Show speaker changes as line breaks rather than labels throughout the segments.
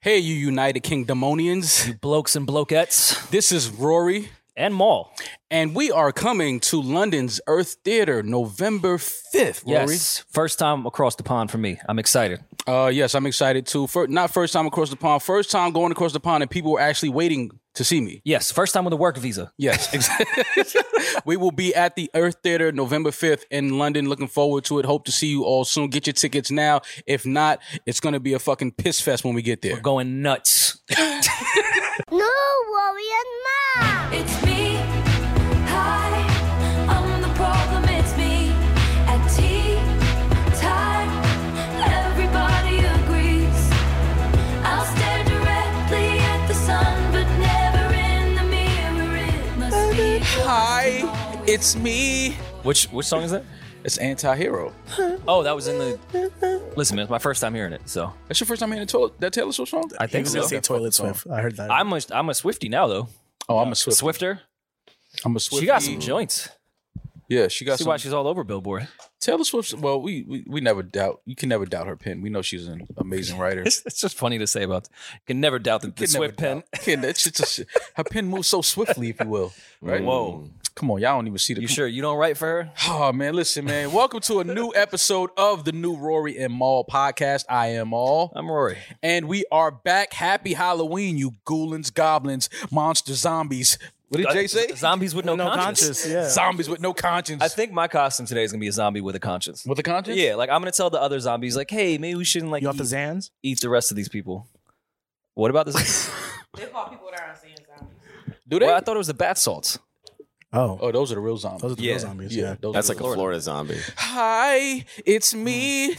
Hey, you United Kingdomonians.
Blokes and blokettes
This is Rory,
and Maul.
and we are coming to London's Earth Theatre November 5th, Rory.
Yes, first time across the pond for me. I'm excited.
Uh, yes, I'm excited too. Fir- not first time across the pond, first time going across the pond, and people were actually waiting to see me.
Yes, first time with a work visa.
Yes, exactly. we will be at the Earth Theater November 5th in London. Looking forward to it. Hope to see you all soon. Get your tickets now. If not, it's going to be a fucking piss fest when we get there.
Going nuts.
No worry and mom.
It's me. Hi, I'm the problem. It's me. At tea time, everybody agrees. I'll stare directly at the sun, but never in the mirror. It must be.
Hi, it's me.
Which which song is that?
It's Anti Hero.
Oh, that was in the. Listen, man, it's my first time hearing it, so
That's your first time hearing the toilet, that Taylor Swift song?
I think
was gonna
so.
say Toilet Swift. I heard that.
I'm a I'm a Swifty now though.
Oh, I'm a Swift.
Swifter.
I'm a Swift.
She got some joints.
Yeah, she got
See
some.
why she's all over Billboard.
Taylor Swift. Well, we, we we never doubt. You can never doubt her pen. We know she's an amazing writer.
It's, it's just funny to say about. You can never doubt the, the
Can never
Swift pen.
doubt. Can, that's just a, her pen moves so swiftly, if you will. Right?
Whoa.
Come on, y'all don't even see the.
You sure you don't write for her?
Oh man, listen, man. Welcome to a new episode of the new Rory and Maul podcast. I am all,
I'm Rory.
and we are back. Happy Halloween, you goolins, goblins, monster zombies. What did Jay say?
Uh, Zombies with no, conscience.
conscious. Yeah.
Zombies with no conscience.
I think my costume today is gonna be a zombie with a conscience.
with a conscience.
Yeah, like I'm gonna tell the other zombies, like, hey, maybe we shouldn't like
You off the
eat,
Zans?
eat the rest of these people. What about this?
They call people that aren't seeing zombies.
do they?
well, I thought it was the bath salts.
Oh,
oh, those are the real zombies.
those are the
yeah.
real zombies. Yeah.
those
That's
are
like
the-
a Florida zombie.
Hi, it's me.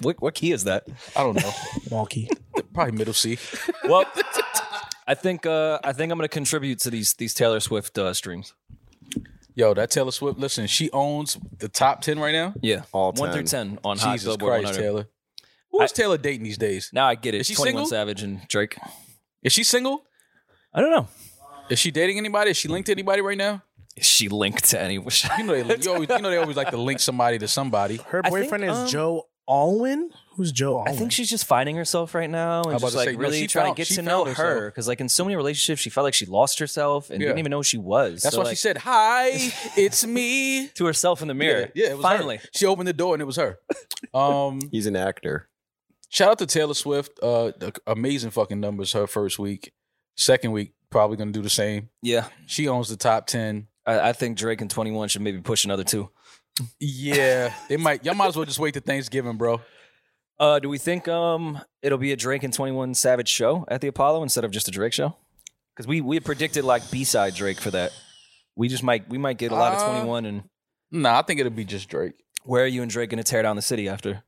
What, what key is that?
I don't know.
Wonky.
Probably middle C.
Well, I think uh, I think I'm gonna contribute to these these Taylor Swift uh, streams.
Yo, that Taylor Swift. Listen, she owns the top ten right now.
Yeah,
All
one through
10.
ten on Hot
Jesus
Billboard
Christ,
100.
Taylor. Who is Taylor dating these days?
Now I get it.
Is she
21
single?
Savage and Drake.
Is she single?
I don't know.
Is she dating anybody? Is she linked to anybody right now?
Is she linked to any?
You know, they, you, always, you know they always like to link somebody to somebody.
Her
I think,
boyfriend
um,
is Joe Alwyn. Who's Joe Alwyn?
I think she's just finding herself right now and
was about
just
to
like
say, no,
really
she
trying
found-
to
she
get to know
found
her
herself.
because like in so many relationships she felt like she lost herself and
Yeah.
didn't even know who she was.
That's
So,
why she
like,
said, "Hi, it's me."
to herself in the mirror.
Yeah, it was her.
finally.
She opened the door and it was her. Um,
He's an actor.
shout out to Taylor Swift. Uh, the amazing fucking numbers her first week. Second week probably gonna do the same.
Yeah,
She owns the top ten.
I, I think Drake and Twenty One should maybe push another two.
Yeah, they might. Y'all might as well just wait to Thanksgiving, bro.
Uh, do we think um it'll be a Drake and Twenty One Savage show at the Apollo instead of just a Drake show? Because we we had predicted like B side Drake for that. We just might we might get a lot of
Uh,
Twenty One and
Nah, I think it'll be just Drake.
where are you and Drake gonna tear down the city after?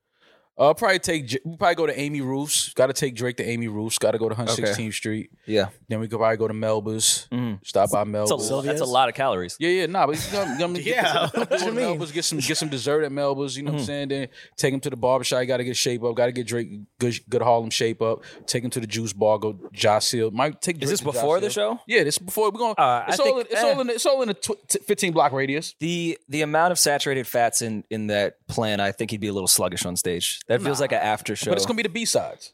Uh, probably take J- we probably go to Amy Roofs. Got to take Drake to Amy Roofs. Got to go to 116th Street.
Yeah,
Then we could probably go to Melba's.
Mhm.
Stop by
that's a,
Melba's.
that's a lot of calories.
yeah, yeah, nah, but you know, you Mm-hmm. know,
Yeah,
get,
what you
go to
mean?
Melba's, get some get some dessert at Melba's. You know what I'm saying? Then take him to the barbershop. Got to get shape up. Got to get Drake good good Harlem shape up. Take him to the juice bar. Go Josh Hill. Might take. Drake
this
to Josh
before the
Hill.
show?
Yeah, this before we're going.
Uh, I
it's all
think-
in, it's
eh.
all in it's all in a tw- t- 15 block radius.
The the amount of saturated fats in in that plan, I think he'd be a little sluggish on stage. That feels like an after show.
But it's Mm. gonna be the B sides.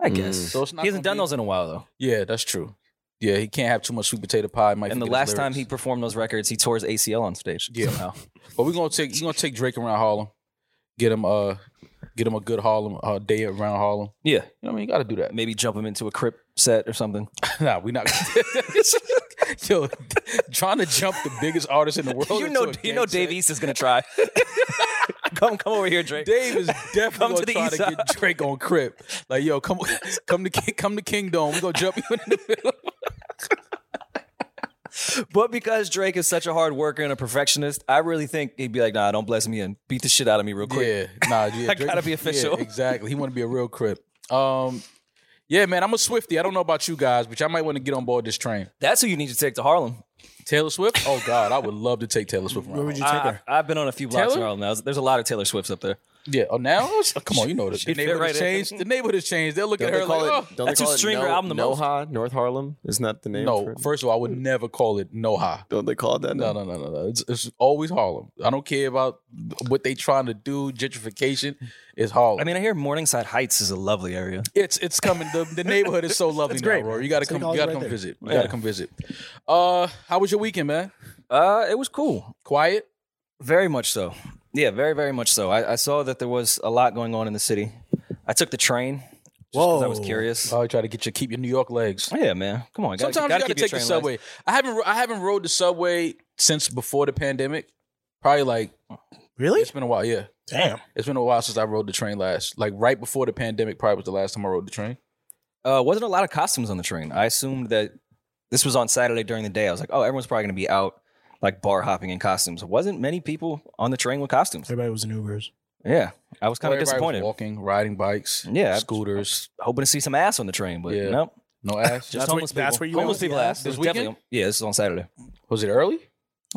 I guess
So it's not
he hasn't
gonna
done
be-
those in a while though.
Yeah, that's true. Yeah, he can't have too much sweet potato pie. Might
And the
forget his
last time
lyrics.
he performed those records, he tore his ACL on stage.
Yeah.
somehow.
But we're gonna take you gonna take Drake around Harlem, get him uh get him a good Harlem uh, day around Harlem.
yeah.
You know what I mean? You gotta do that.
maybe jump him into a crip set or something.
nah, we not Yo, trying to jump the biggest artist in the world.
you know,
into Oh, a
you know,
gang
Dave
set.
East is gonna try. come, come over here, Drake.
Dave is
Come to
definitely
the
gonna try
east
to get Drake on Crip. Like, yo, come come to King- come to Kingdom. We're gonna jump you in the middle.
But because Drake is such a hard worker and a perfectionist, I really think he'd be like, "Nah, don't bless me and beat the shit out of me real quick."
Yeah, nah, yeah.
I gotta be
yeah,
official.
exactly. He want to be a real crip. Um, yeah, man, I'm a Swifty. I don't know about you guys, but y'all might want to get on board this train.
That's who you need to take to Harlem.
Taylor Swift? Oh God, I would love to take Taylor Swift.
Where
Around.
would you take
I,
her?
I've been on a few blocks in
Taylor?
Harlem now. There's a lot of Taylor Swifts up there.
Yeah. Oh, now? Oh, come on, you know this. The
She fit
neighborhood
right
has
in.
changed. The neighborhood has changed. They'll look
Don't
at
they
her
call
like,
it?
oh.
Don't
That's
they
a
call it
string
no,
album the most.
Noha, North Harlem. Isn't that the name?
No,
for it?
first of all, I would never call it Noha.
Don't they call it that?
No,
now?
no, no, no, no. It's, it's always Harlem. I don't care about what they trying to do. Gentrification is Harlem.
I mean, I hear Morningside Heights is a lovely area.
It's it's coming. The, the neighborhood is so lovely now,
great,
Rory.
man.
You gotta
It's like
come. You
all
gotta come
right there.
visit. You
Yeah.
gotta come visit. Uh, how was your weekend, man?
Uh, it was cool.
Quiet.
Very much so. Yeah, very, very much so. I, I saw that there was a lot going on in the city. I took the train just 'cause I was
Whoa.
curious.
I try to get you keep your New York legs.
yeah, man. Come on. Gotta,
Uh, Sometimes
gotta
you gotta
keep your
take the
train legs.
subway. I haven't ro- I haven't rode the subway since before the pandemic. Probably like
Really?
it's been a while. Yeah,
Damn.
it's been a while since I rode the train last. Like right before the pandemic, probably was the last time I rode the train.
Uh, wasn't a lot of costumes on the train. I assumed that this was on Saturday during the day. I was like, oh, everyone's probably gonna be out like bar hopping in costumes. Wasn't many people on the train with costumes.
Everybody was in Ubers.
Yeah, I was
Everybody
kind of
was
disappointed,
Walking, riding bikes,
Yeah.
scooters,
hoping to see some ass on the train, but
Yeah.
nope.
no ass.
Just
That's where-
homeless people.
that's where you
homeless
went with
people
the
ass.
ass?
It was
This weekend?
definitely- Yeah, this is on Saturday.
was it early?
It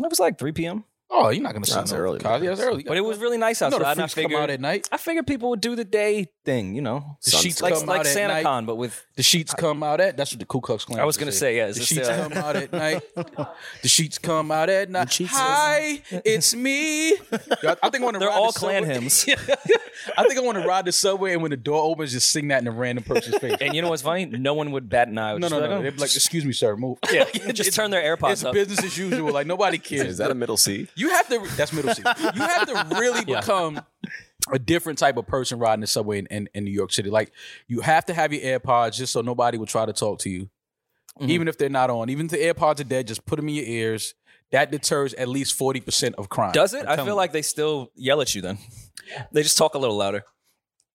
was like 3 p.m.
Oh, you're not gonna see
That's
no
early.
Cosby. That's early.
But it was really nice
You know
outside.
the
and I
freaks come
figured,
out at night.
I figured people would do the day thing, you know.
The sheets
like
come
like
out at night.
SantaCon, but with
The sheets come out at that's what the Ku Klux Klan.
I was
used
gonna say, yeah, is
the
this
sheets
the-
come out at night. The sheets come out at night.
sheets is-
Hi, it's me. Yo, I, I think I want to.
they're
ride
all
the
clan
subway.
hymns.
I think I want to ride the subway, and when the door opens, just sing that in a random person's face.
and you know what's funny? No one would bat an eye. It would
no,
just
no,
be
no.
like, oh,
They'd be like, "Excuse me, sir, move."
yeah, just turn their
It's
AirPods up.
business as usual. Like nobody cares.
Is that a middle C?
You have to. That's middle seat. You have to really become a different type of person riding the subway in, in, in New York City. Like you have to have your AirPods just so nobody will try to talk to you, even if they're not on. Even if the AirPods are dead, just put them in your ears. That deters at least forty percent of crime.
Does it? I feel like they still yell at you then. They just talk a little louder.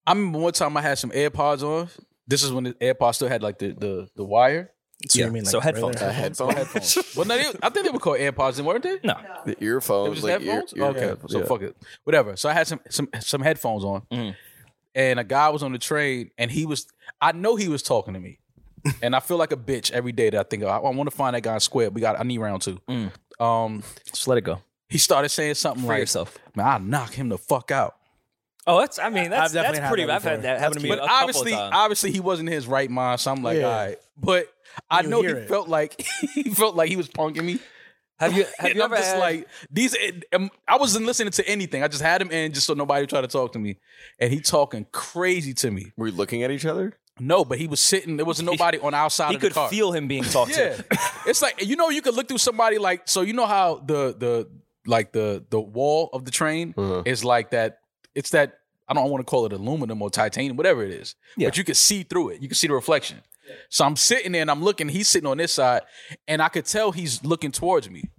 I remember one time I had some AirPods on. This is when the AirPods still had like the the, the wire.
So
Yeah,
you mean like
so headphones.
regular headphones?
Well, headphones. well, no, they, I think they were called AirPods, then weren't they?
No.
The earphones.
It was
like ear-
headphones.
ear-
okay,
headphones,
so
yeah.
fuck it, whatever. So I had some some some headphones on,
Mhm.
and a guy was on the train, and he was. I know he was talking to me, and I feel like a bitch every day that I think I, want to find that guy and square. up. We got. I need round two.
Mm.
Um,
Just let it go.
he started saying something
For
like,
yourself.
"Man, I knock him the fuck out."
Oh, that's. I mean, that's
I've definitely
that's
had
pretty.
that
I've had
before.
that happen to me.
But
a couple
obviously,
times.
obviously, he wasn't in his right mind. So I'm like,
Yeah.
all right. But I
You
know he
hear it.
felt like he felt like he was punking me.
have you have
And
you
I'm
ever
just
had,
like these. um, I wasn't listening to anything. I just had him in just so nobody would try to talk to me, and he talking crazy to me.
Were you looking at each other?
No, but he was sitting. There wasn't nobody on our side
he
of the
could
car.
feel him being talked
yeah,
to.
it's like you know you could look through somebody like so you know how the the like the the wall of the train
Uh-huh.
is like that. It's that I don't want to call it aluminum or titanium, whatever it is.
Yeah.
But you could see through it. You can see the reflection. So I'm sitting there and I'm looking. He's sitting on this side, and I could tell he's looking towards me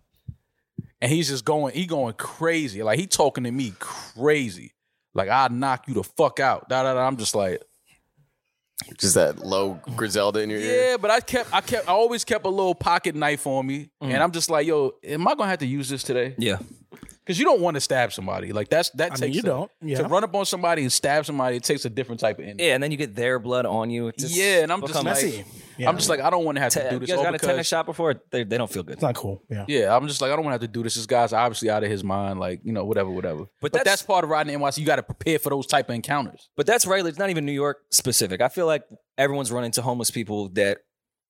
and he's just going, he going crazy. Like he talking to me crazy. Like I knock you the fuck out. Da, da, da. I'm just like,
Just that low Griselda in your ear.
yeah, but I kept, I kept, I always kept a little pocket knife on me, and I'm just like, yo, am I gonna have to use this today?
Yeah.
Because you don't want to stab somebody. Like that's that
I
takes
mean, you
a-
don't.
to
Yeah.
run up on somebody and stab somebody. It takes a different type of energy.
Yeah, and then you get their blood on you. It just
yeah, and I'm just like,
becomes-
messy. Yeah.
I'm just like, I don't want to have to
Te-
do
you
this.
guys
all
got a
because-
tennis shot before? They, they don't feel good.
It's not cool. Yeah.
Yeah, I'm just like, I don't want to have to do this. This guy's obviously out of his mind. Like, you know, whatever, whatever. But,
that's-
that's, part of riding NYC. You got to prepare for those type of encounters.
But that's right. It's not even New York specific. I feel like everyone's running to homeless people that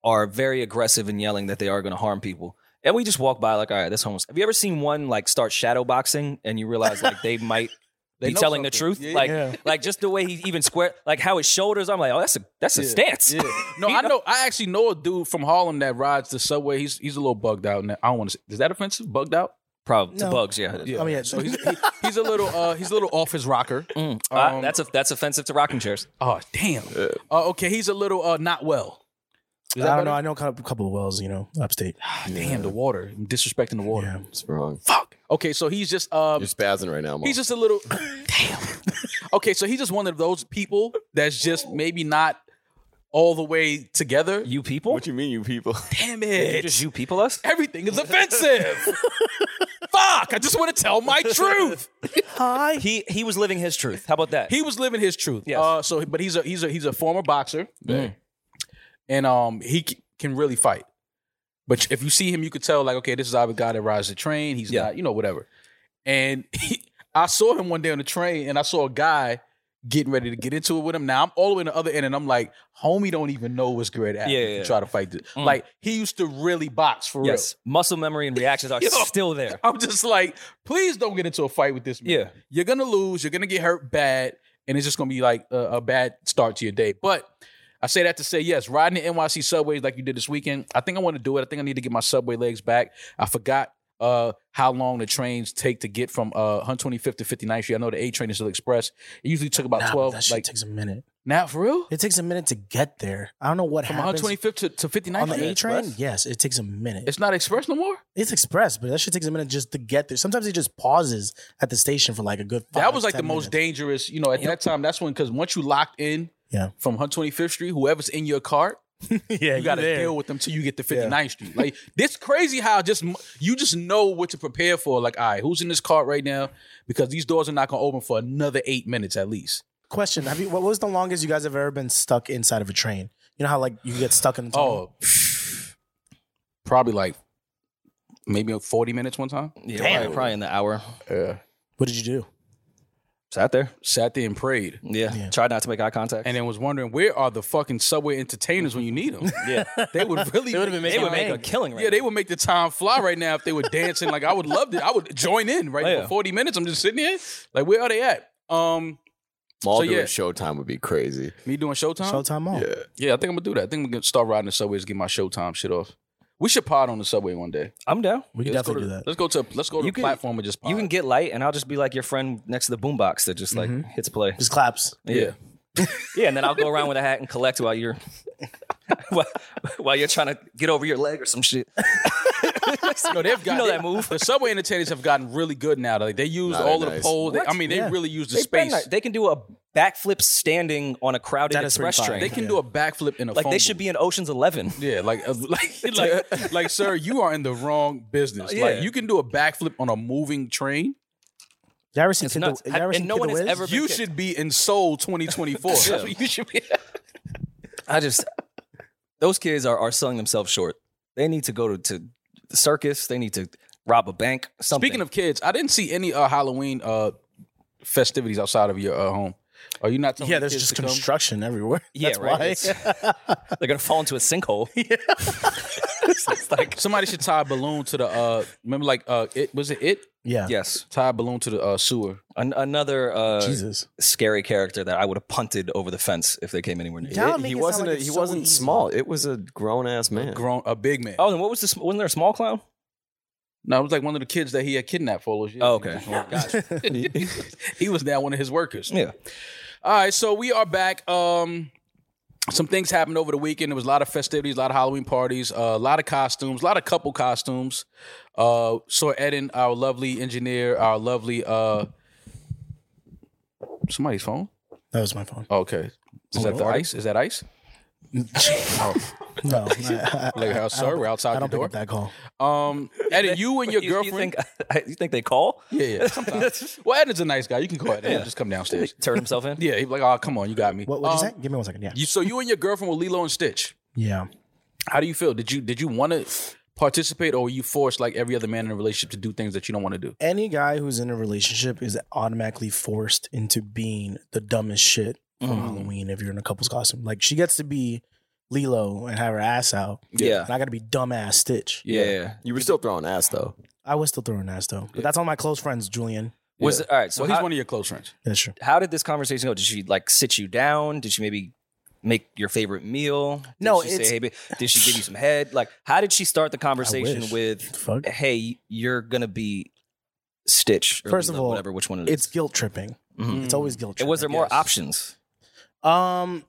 are very aggressive and yelling that they are going to harm people. And we just walk by like, all right, that's homeless. Have you ever seen one like start shadow boxing and you realize like they might
They
be
know
telling the
something.
truth?
Yeah,
like,
yeah.
like just the way he even square, like how his shoulders. I'm like, oh, that's a that's a stance.
Yeah. No, I know. I actually know a dude from Harlem that rides the subway. He's he's a little bugged out. Now. I don't want to. Is that offensive? Bugged out?
Probably to
No.
bugs. Yeah.
I mean, yeah.
So he's he, he's a little uh he's a little off his rocker.
Mm. Ah,
Um,
that's a, that's offensive to rocking chairs.
Oh damn. Uh, okay, he's a little uh not well.
I
Is that
don't know.
better?
I know a couple couple of wells, you know, upstate.
Ah, damn the water. I'm disrespecting the water.
Yeah.
It's wrong.
Fuck. Okay, so he's just um
You're spazzing right now, Mom.
He's just a little damn. Okay, so he's just one of those people that's just maybe not all the way together.
You people?
what do you mean, you people?
Damn
You
it!
just you people us?
Everything is offensive. Fuck! I just want to tell my truth.
Hi.
He he was living his truth. How about that?
He was living his truth.
Yes.
Uh, so, but he's a he's a he's a former boxer, and um, he c- can really fight. But if you see him, you could tell like, okay, this is either a guy that rides the train. He's
Yeah.
not, you know, whatever. And he, I saw him one day on the train and I saw a guy getting ready to get into it with him. Now I'm all the way in the other end and I'm like, homie don't even know what's great at
Yeah,
yeah,
yeah, yeah.
try to fight this.
Mm.
Like he used to really box for
Yes, muscle memory and reactions are
Yo.
still there.
real. I'm just like, please don't get into a fight with this man.
Yeah.
You're gonna lose, you're gonna get hurt bad, and it's just gonna be like a, a bad start to your day. But I say that to say yes, riding the NYC subways like you did this weekend. I think I want to do it. I think I need to get my subway legs back. I forgot uh, how long the trains take to get from uh, 125th to 59th Street. I know the A train is still express. It usually took about
Nah, but
12.
That shit
Like
takes a minute.
now, for real?
It takes a minute to get there. I don't know what
From
happens
125th to, to 59th
on the
Street?
A train.
Express?
Yes, it takes a minute. It's,
It's not express no more.
express, but that shit takes a minute just to get there. Sometimes it just pauses at the station for like a good. Five,
that was like
10
the most
minutes.
dangerous. You know, at that time, that's when because once you locked in
Yeah.
from 125th Street, whoever's in your cart,
yeah,
you got to
there.
deal with them till you get to
Yeah.
59th Street. Like this crazy how just m- you just know what to prepare for. Like, all right, who's in this cart right now? Because these doors are not going to open for another eight minutes at least.
Question: Have you? What was the longest you guys have ever been stuck inside of a train? You know how like you get stuck in the tunnel?
Oh, probably like maybe 40 minutes one time.
Yeah,
Damn.
Probably, probably in the hour.
Yeah,
What did you do?
Sat there.
sat there and prayed.
Yeah.
Yeah.
Tried not to make eye contact.
And then was wondering where are the fucking subway entertainers when you need them?
yeah.
They would really
would've been
They would make
Dang.
a killing right
Yeah, they would make the time fly right now if they were dancing. like I would love it. I would join in right
Oh, yeah.
for 40 minutes. I'm just sitting here. Like, where are they at? Um,
Mall
So,
doing
yeah.
Showtime would be crazy.
me doing Showtime?
Showtime on.
Yeah.
Yeah, I think I'm gonna do that. I think we're gonna start riding the subways, get my Showtime shit off. We should pod on the subway one day.
I'm down.
We could
Let's go
definitely
to-
do that.
Let's go to let's go to
You
the
can-
platform and just pod.
You can get light, and I'll just be like your friend next to the boombox that just like hits play.
Just claps.
yeah.
Mm-hmm. Yeah, and then I'll go around with a hat and collect while you're while, while you're trying to get over your leg or some shit.
No, they've got
know
they-
that move.
The subway entertainers have gotten really good now. Like they use
Nah,
all
they're
of the
nice.
poles. They- I
What?
mean, they
Yeah.
really use the
They
space.
better not- They can do a backflip standing on a crowded
That is pretty
express
fire.
train.
They can
Yeah.
do a backflip in a
like
phone
they should
booth.
be in Ocean's Eleven.
Yeah, like, uh, like, like, like, sir, you are in the wrong business.
Yeah.
Like, you can do a backflip on a moving train.
Y'all ever seen
It's
Kid
nuts.
the, y'all ever
And
seen
no
Kid
one
the
has
Wiz?
ever been-
You
kicked.
should be in Seoul 2024. That's what you should be.
I just those kids are are selling themselves short. They need to go to, to the circus. They need to rob a bank. Something.
Speaking of kids, I didn't see any uh, Halloween uh, festivities outside of your uh, home. Are you not telling
Yeah,
the
there's
kids
just
to come?
construction everywhere.
yeah,
That's
right.
why.
It's- they're gonna fall into a sinkhole. it's, it's like
Somebody should tie a balloon to the uh remember like uh it was it it?
yeah.
yes,
Tie a balloon to the uh sewer.
An- another uh,
Jesus.
scary character that I would have punted over the fence if they came anywhere near.
Yeah. Y'all
It-
make
he
it sound
wasn't
like
a,
it's
he
so
wasn't
easy.
small. It was a grown ass man.
Grown a big man.
Oh, then what was this? Wasn't there a small clown?
No, it was like one of the kids that he had kidnapped for all those years.
Oh, okay.
he was now one of his workers.
Yeah.
All right, so we are back. Um, some things happened over the weekend. There was a lot of festivities, a lot of Halloween parties, uh, a lot of costumes, a lot of couple costumes. Uh, saw Eden, our lovely engineer, our lovely uh, somebody's phone. Oh,
That was my phone.
Okay, is that the ice? Is that ice?
No, I, I,
Oh. Like how sir, we're outside
I don't
the
pick
door.
up that call.
Um, Eden, you and your
You- You
girlfriend.
think, you think they call?
yeah, yeah. Sometimes. well, Eden's a nice guy. You can call Eden. He'll just come downstairs.
Turn himself in?
Yeah, he's like, oh, come on, you got me.
What would you
Um,
say? Give me one second. Yeah.
You, so you and your girlfriend were Lilo and Stitch.
yeah.
How do you feel? Did you did you want to participate, or were you forced like every other man in a relationship to do things that you don't want to do?
Any guy who's in a relationship is automatically forced into being the dumbest shit from
Mm-hmm.
Halloween if you're in a couple's costume. Like she gets to be Lilo and have her ass out.
Yeah.
And I got to be dumbass Stitch.
Yeah.
You were still throwing ass though.
I was still throwing ass though. But that's all my close friends, Julian.
Was
Yeah.
all right. So
well,
how,
he's one of your close friends.
That's true.
how did this conversation go? Did she like sit you down? Did she maybe make your favorite meal? Did
No,
she say,
it's-
hey, ba- did she give you some head? Like, how did she start the conversation
wish.
with,
Fuck.
hey, you're gonna be Stitch? Or
First of
Lilo,
all,
whatever which one it is.
It's guilt tripping.
Mm-hmm.
Mhm.
Hmm. It's always guilt
And
tripping.
was there more
Yes.
options?
Um,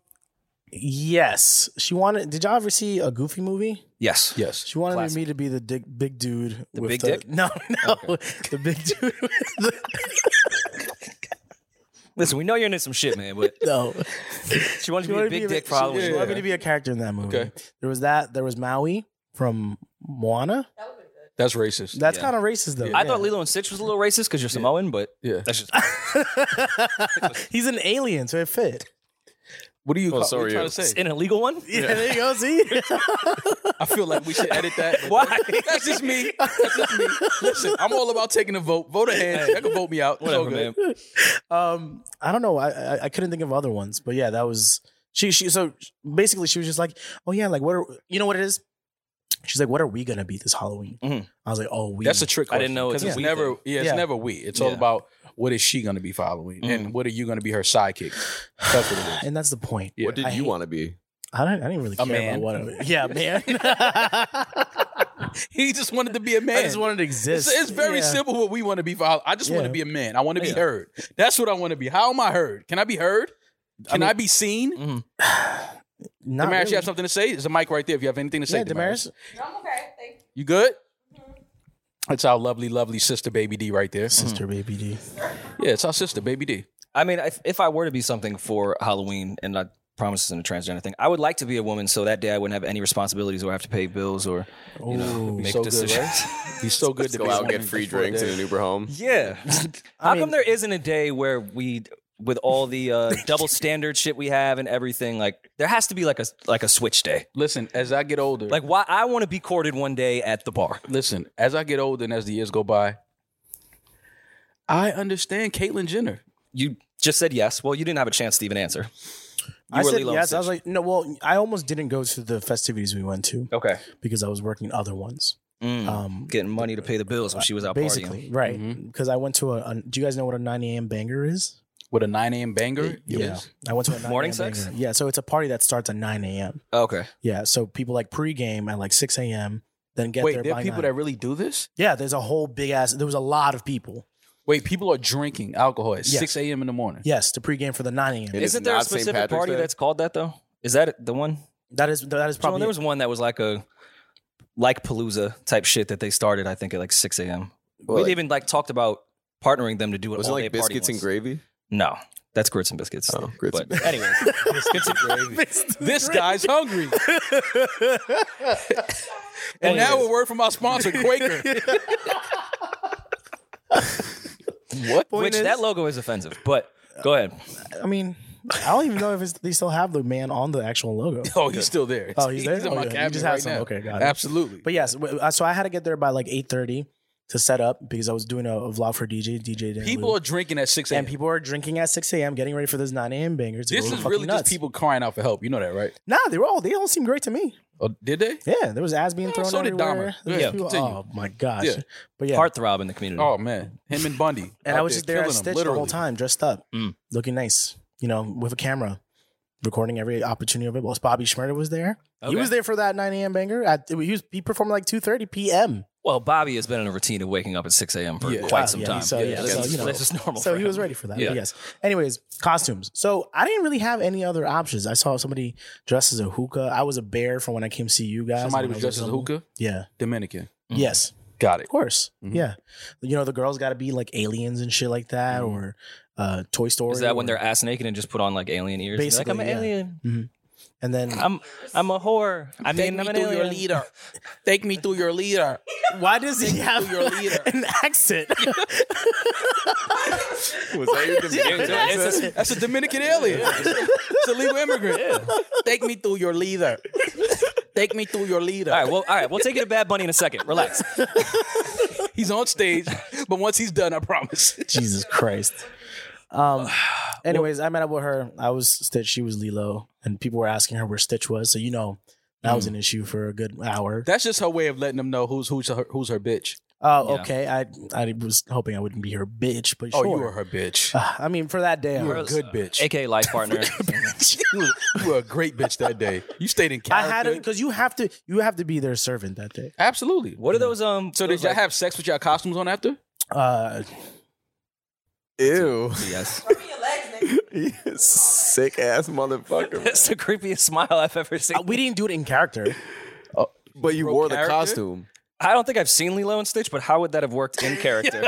yes, she wanted. Did y'all ever see a Goofy movie?
Yes.
Yes.
She wanted
Classic.
me to be the dick, big dude.
The
with
big dick?
No, no, the big dude. With the,
Listen, we know you're into some shit, man, but
no,
she wanted to
she
be a big
wanted me to be-
dick
she- She,
probably.
wanted me to be a character in that movie.
Okay.
There was that. There was Maui from Moana.
That's racist.
That's
Yeah.
kind of racist though.
I thought Lilo and Stitch was a little racist because you're Samoan, but
yeah.
that's just
He's an alien, so it fit.
What do you?
Oh,
call,
so
what
are
trying
you.
to say?
An illegal one?
Yeah, there you go. See,
I feel like we should edit that. but
Why?
that- That's just me. That's just me. Listen, I'm all about taking a vote. Vote ahead. Y'all can vote me out. It's all
Whatever,
good.
man.
um, I don't know. I, I I couldn't think of other ones, but yeah, that was she. She so basically she was just like, oh yeah, like what are you know what it is? She's like, what are we gonna be this Halloween?
Mhm.
I was like, oh we.
Mm-hmm. That's a trick.
I didn't know
because
it's a
it's
we
never. Yeah, it's
Yeah.
never we. It's all
Yeah.
about what is she going to be following,
Mm.
and what are you going to be her sidekick? That's what it is.
and that's the point.
Yeah.
What did
I
you
hate-
want to be?
I don't. I didn't really
A
care
man.
about what. I, yeah, man.
He just wanted to be a man.
I just wanted to
It's,
exist.
it's very
Yeah.
simple what we want to be for. I just want to
Yeah.
be a man. I want to be
Yeah.
heard. That's what I want to be. How am I heard? Can I be heard? Can I,
mean-
be seen?
Mm.
Not
Damaris, you have
really.
something to say? There's a mic right there if you have anything to say.
Yeah, Damaris.
No, I'm okay. Thank you. Mm-hmm.
You good? That's our lovely, lovely sister, Baby D, right there.
Hmm.
Sister Baby D.
Yeah, it's our sister, Baby D.
I mean, if, if I were to be something for Halloween, and I promise this isn't a transgender thing, I would like to be a woman so that day I wouldn't have any responsibilities or have to pay bills or you know,
Ooh.
make
so good,
decisions.
He's so good to
Go
be
out,
one
get
of
free
the four
drinks
days.
in an Uber home.
Yeah. How
mean-
come there isn't a day where we, with all the uh, double standard shit we have and everything, like there has to be like a like a switch day.
Listen, as I get older,
Like why I want to be courted one day at the bar.
listen, as I get older and as the years go by, I understand Caitlyn Jenner.
You just said yes. Well, you didn't have a chance to even answer. You
I
were
said
Lilo and
yes. I was
Stitch.
like, no. Well, I almost didn't go to the festivities we went to
okay,
because I was working other ones.
Mm.
Um,
getting money to pay the bills when she was out
basically,
partying. Mm-hmm.
right? Because I went to a, a- Do you guys know what a nine a.m. banger is?
With a 9 a.m. banger, it
yeah,
is.
I went to a 9
Morning
a.m.
sex?
banger. Yeah, so it's a party that starts at nine a.m.
Okay,
Yeah, so people like pregame at like six a.m. Then get
Wait,
there.
there
by
are people
9.
that really do this?
yeah, there's a whole big ass. There was a lot of people.
Wait, people are drinking alcohol at
Yes.
6 a.m. in the morning.
Yes, to pregame for the nine a.m.
It is
isn't there a
not St.
specific
Patrick's
party
Day?
that's called that though? Is that the one?
That is that is
Probably.
probably
There was one that was like a like Palooza type shit that they started. I think at like six a.m.
Well,
we
like-
even like talked about partnering them to do it.
Was it
all
like
day party
biscuits and
once.
gravy?
No, that's grits and biscuits.
Oh, grits
but
and biscuits.
anyways, biscuits and gravy.
This guy's hungry. and now a word from our sponsor, Quaker.
What?
Point
Which
is-
that logo is offensive. But go ahead.
I mean, I don't even know if it's, they still have the man on the actual logo.
Oh, he's still there.
Oh, he's there?
in
Oh,
my
yeah. You
cabinet
just have
right
some-
now.
okay, got it.
Absolutely.
But yes, w- uh, so I had to get there by like eight thirty to set up because I was doing a, a vlog for DJ. DJ didn't
people are
leave.
drinking at 6 a.m.
and people are drinking at six a.m. getting ready for this nine a.m. bangers.
This is really just people crying out for help. You know that, right?
Nah, they were all they all seemed great to me.
Oh, did they?
Yeah, there was ass being
Yeah,
thrown
so did
everywhere.
Dahmer.
There was
Yeah,
people-
continue.
oh my gosh.
Yeah.
But yeah,
Heartthrob in the community.
Oh man, him and Bundy.
and
out
I was just there
killing
at
him,
Stitch the
literally.
whole time, dressed up,
Mm.
looking nice, you know, with a camera, recording every opportunity available. Bobby Schmerder was there. He
Okay.
was there for that nine a.m. banger. At, he was he performed like two thirty p.m.
Well, Bobby has been in a routine of waking up at 6 a.m. for
Yeah.
Ah,
quite some
yeah,
time.
so, yeah,
that's,
so, you know.
that's just normal.
So
for
he was
him.
ready for that.
Yeah.
But yes. Anyways, costumes. So I didn't really have any other options. I saw somebody dressed as a hookah. I was a bear from when I came to see you guys.
Somebody
when
was
I
dressed as a
in Istanbul.
hookah. Mm.
Yeah.
Dominican.
Yes.
Got it.
Of course.
Mhm.
Yeah. You know, the girls got to be like aliens and shit like that,
Mhm.
or uh, Toy Story.
Is that when
or-
they're ass naked and just put on like alien ears? Be like,
Basically,
I'm an
yeah.
alien.
And then
I'm I'm a whore. I mean, I'm an alien.
Take me through your leader.
why does he have
your leader.
an accent?
Was that your Dominican
Yeah,
accent?
That's a, that's a Dominican alien. It's a- it's a legal immigrant. Take me through your leader. Take me through your leader.
All right, well, all right, we'll take it to Bad Bunny in a second. Relax.
He's on stage, but once he's done, I promise.
Jesus Christ. Um. Anyways, I met up with her. I was Stitch. She was Lilo, and people were asking her where Stitch was. So you know, that was an issue for a good hour.
That's just her way of letting them know who's who's her, who's her bitch.
Oh,
Yeah.
okay. I I was hoping I wouldn't be her bitch, but
Oh,
sure.
you were her bitch.
Ah, I mean, for that day, I
You were a
was.
good bitch.
AKA life partner.
You were- you were a great bitch that day. You stayed in
I
character.
had it because you have to you have to be their servant that day.
Absolutely.
What are those? Um.
So
those,
did y'all
like-
have sex with y'all costumes on after?
Uh,
Ew.
Yes.
Rub me your legs, nigga.
Sick ass motherfucker.
That's the creepiest smile I've ever seen.
uh,
Uh,
we didn't do it in character.
But you
Bro,
wore the
character?
costume.
I don't think I've seen Lilo and Stitch, but how would that have worked in character?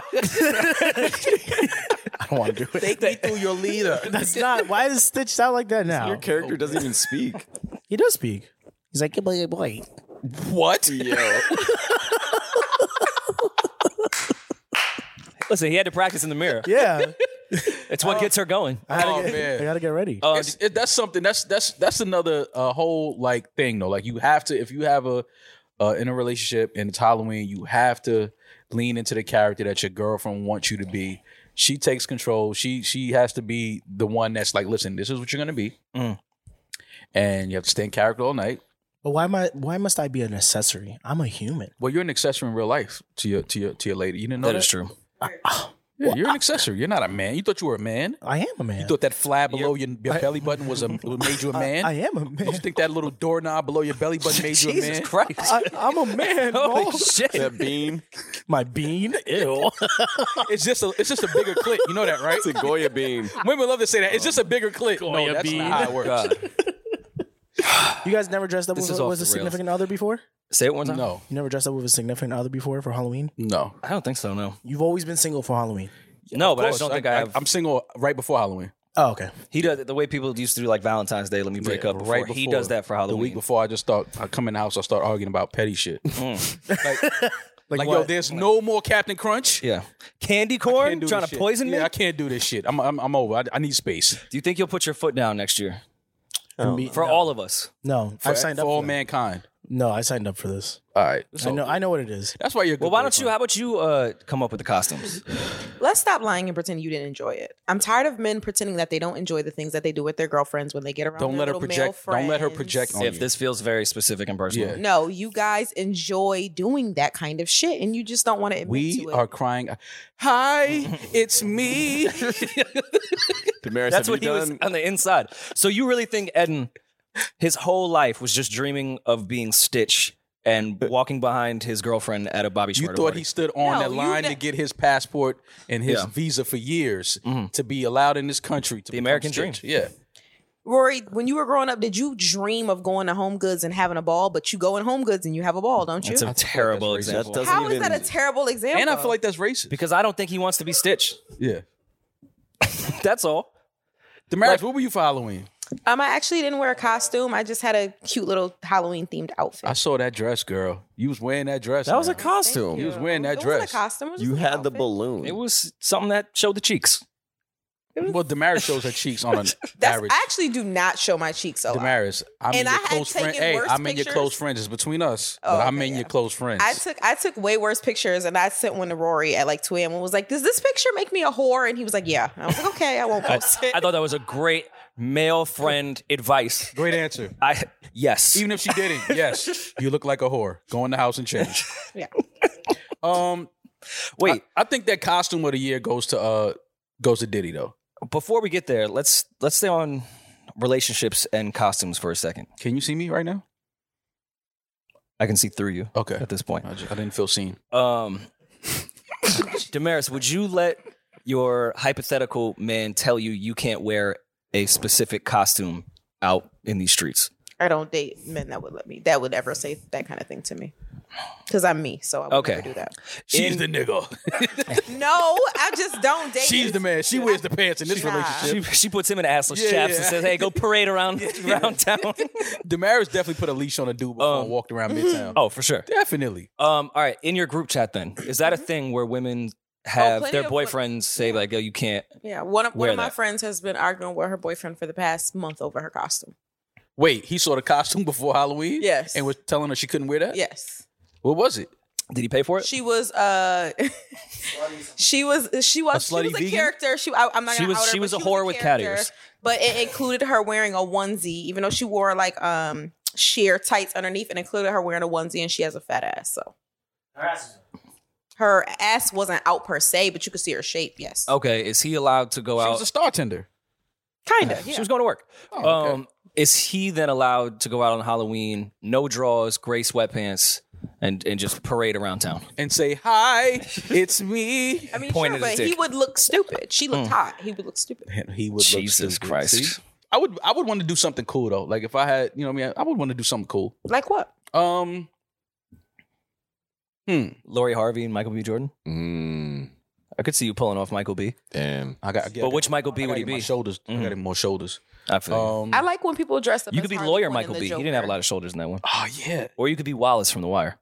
I don't want to do it.
Take me through your leader.
That's not. Why does Stitch sound like that now?
Your character doesn't even speak.
He does speak. He's like, good boy, good boy.
What?
Yo.
Listen, he had to practice in the mirror.
Yeah.
It's what gets her going.
I gotta,
Oh,
get,
man. Oh.
I gotta get ready.
Uh,
It's- it, that's something that's that's that's another uh, whole like thing though. Like you have to if you have a uh, in a relationship and it's Halloween, you have to lean into the character that your girlfriend wants you to be. She takes control. She she has to be the one that's like, listen, this is what you're gonna be,
Mm.
and you have to stay in character all night.
but why am I? Why must I be an accessory? I'm a human.
Well, you're an accessory in real life to your to your to your lady. You didn't know
that is true.
Yeah, you're an accessory. You're not a man. You thought you were a man.
I am a man.
You thought that fly below your, your belly button was a made you a man.
I am a
Don't you
man.
think that little doorknob below your belly button made you a
Jesus
man?
Christ.
I, I'm a man. bro.
Holy Oh, shit.
That beam,
My bean. Ew.
It's just a it's just a bigger clip. You know that, right?
it's a Goya beam.
Women love to say that. It's just a bigger clip.
Goya
No, that's
bean.
not how it works.
God.
You guys never dressed up
This
with,
is
with a
off the rails.
significant other before?
Say it one time.
No,
You never dressed up with a significant other before for Halloween?
no,
I don't think so, no.
You've always been single for Halloween.
No,
Of
but I just
course,
don't think I, have.
I'm single right before Halloween.
Oh, okay.
he does it the way people used to do like Valentine's Day. Let me break
Yeah,
up. Before. he does that for Halloween.
The week before, I just thought I come in the house, I start arguing about petty shit. like, like, yo,
what?
there's no more Captain Crunch.
Yeah. Candy
I
corn
can't do
trying
this
to
shit.
poison me.
Yeah, I can't do this shit. I'm I'm, I'm over. I, I need space
do you think you'll put your foot down next year
And me-
for all of us?
no,
for,
I've signed
for
up
all
Oh. for that.
mankind.
No, I signed up for this.
All right,
I
so
know. I know what it is.
that's why you're. a good
Well, why don't you?
boyfriend.
How about you uh, come up with the costumes?
Let's stop lying and pretend you didn't enjoy it. I'm tired of men pretending that they don't enjoy the things that they do with their girlfriends when they get around.
Don't
their
let her
little male
project- don't let her
friends.
project on
if this feels very specific and personal.
Yeah.
No, you guys enjoy doing that kind of shit, and you just don't want to admit
We
to it.
are crying. Hi, it's me.
Damaris,
That's
have
what he
you
was
done?
on the inside. So you really think Eden, his whole life was just dreaming of being Stitch and walking behind his girlfriend at a Bobby
You
Schmurder
thought
party.
he stood on
No,
that
you
line
ne-
to get his passport and his
Yeah.
visa for years
Mm-hmm.
to be allowed in this country. To
The
become
American
Stitch.
dream.
Yeah.
Rory. When you were growing up, did you dream of going to Home Goods and having a ball? But you go in Home Goods and you have a ball, don't you?
That's a terrible
That's racist.
example.
That
How
doesn't
is that a
even-
terrible example?
And I feel like that's racist.
because I don't think he wants to be Stitch.
yeah.
That's all.
Damaris, what were you following?
um, I actually didn't wear a costume. I just had a cute little Halloween themed outfit.
I saw that dress, girl. You was wearing that dress.
That was a
man.
costume.
He was wearing that
it
dress.
Wasn't a costume. It was
You
just an
had the
outfit.
balloon.
It was something that showed the cheeks.
Well, Damaris shows her cheeks on an
That's,
average.
I actually do not show my cheeks a lot.
Damaris, I'm in
And
your
I had
close friend.
taken
Hey,
worse
I'm in your
pictures.
close friends. It's between us,
Oh,
but I'm
okay,
in
yeah.
your close friends.
I took I took way worse pictures and I sent one to Rory at like 2 a.m. and was like, Does this picture make me a whore? And he was like, Yeah. And I was like, Okay, I won't
I,
post it.
I thought that was a great male friend advice.
Great answer.
I yes.
Even if she didn't, yes, you look like a whore. Go in the house and change.
Yeah.
Um,
Wait,
I think that costume of the year goes to uh goes to Diddy though.
before we get there, let's let's stay on relationships and costumes for a second.
Can you see me right now?
I can see through you
Okay.
at this point.
I, just, I didn't feel seen.
Um, Damaris, would you let your hypothetical man tell you you can't wear a specific costume out in these streets?
I don't date men that would let me that would ever say that kind of thing to me. Cause I'm me, so I would
Okay.
never do that.
She's
In-
the nigga.
No, I just don't date.
She's the man. She wears the pants in this
Nah.
relationship.
She, she puts him in assless
Yeah,
chaps and
yeah.
says, "Hey, go parade around around town."
Damaris definitely put a leash on a dude before
Um,
and walked around
mm-hmm.
midtown.
oh, for sure.
Definitely.
Um, all right. In your group chat, then is that a
Mm-hmm.
thing where women
Oh,
have
plenty
their
of women-
boyfriends say like, "Oh, you can't."
Yeah. One of one
Wear
of my
that.
friends has been arguing with her boyfriend for the past month over her costume.
Wait, he saw the costume before Halloween?
Yes.
And was telling her she couldn't wear that?
Yes.
What was it?
Did he pay for it?
She was uh she was she
A
was she
slutty
was a
vegan?
character. She I, am not
She
gonna
was-
out her,
she
but
was a whore with cat
character.
ears.
But it included her wearing a onesie, even though she wore like um sheer tights underneath, and included her wearing a onesie, and she has a fat ass. So her ass wasn't out per se, but you could see her shape. Yes,
Okay. Is he allowed to go
She
out?
was a star tender.
kind of. Yeah.
She was going to work.
Oh, okay.
um, is he then allowed to go out on Halloween, no draws, gray sweatpants, and and just parade around town?
And say, Hi, it's me.
I mean,
pointed
sure,
his
but he
dick. Hmm.
would look stupid. She looked hot. He would look stupid.
And he would look
Jesus
stupid.
Christ.
See? I would I would want to do something cool though. Like if I had, you know what I mean? I would want to do something cool.
Like what?
Um Hmm.
Lori Harvey and Michael B. Jordan.
Mm,
I could see you pulling off Michael B.
damn.
I got
but which Michael B.
I
would
gotta
he
get my
be?
shoulders. I
Mhm.
got him more shoulders.
I feel you.
Um
I like when people dress up.
Hmm. you
as
could be
Harley
lawyer
Quinn in
Michael B.
The
He didn't have a
Joker.
lot of shoulders in that one.
Oh yeah.
Or you could be Wallace from The Wire.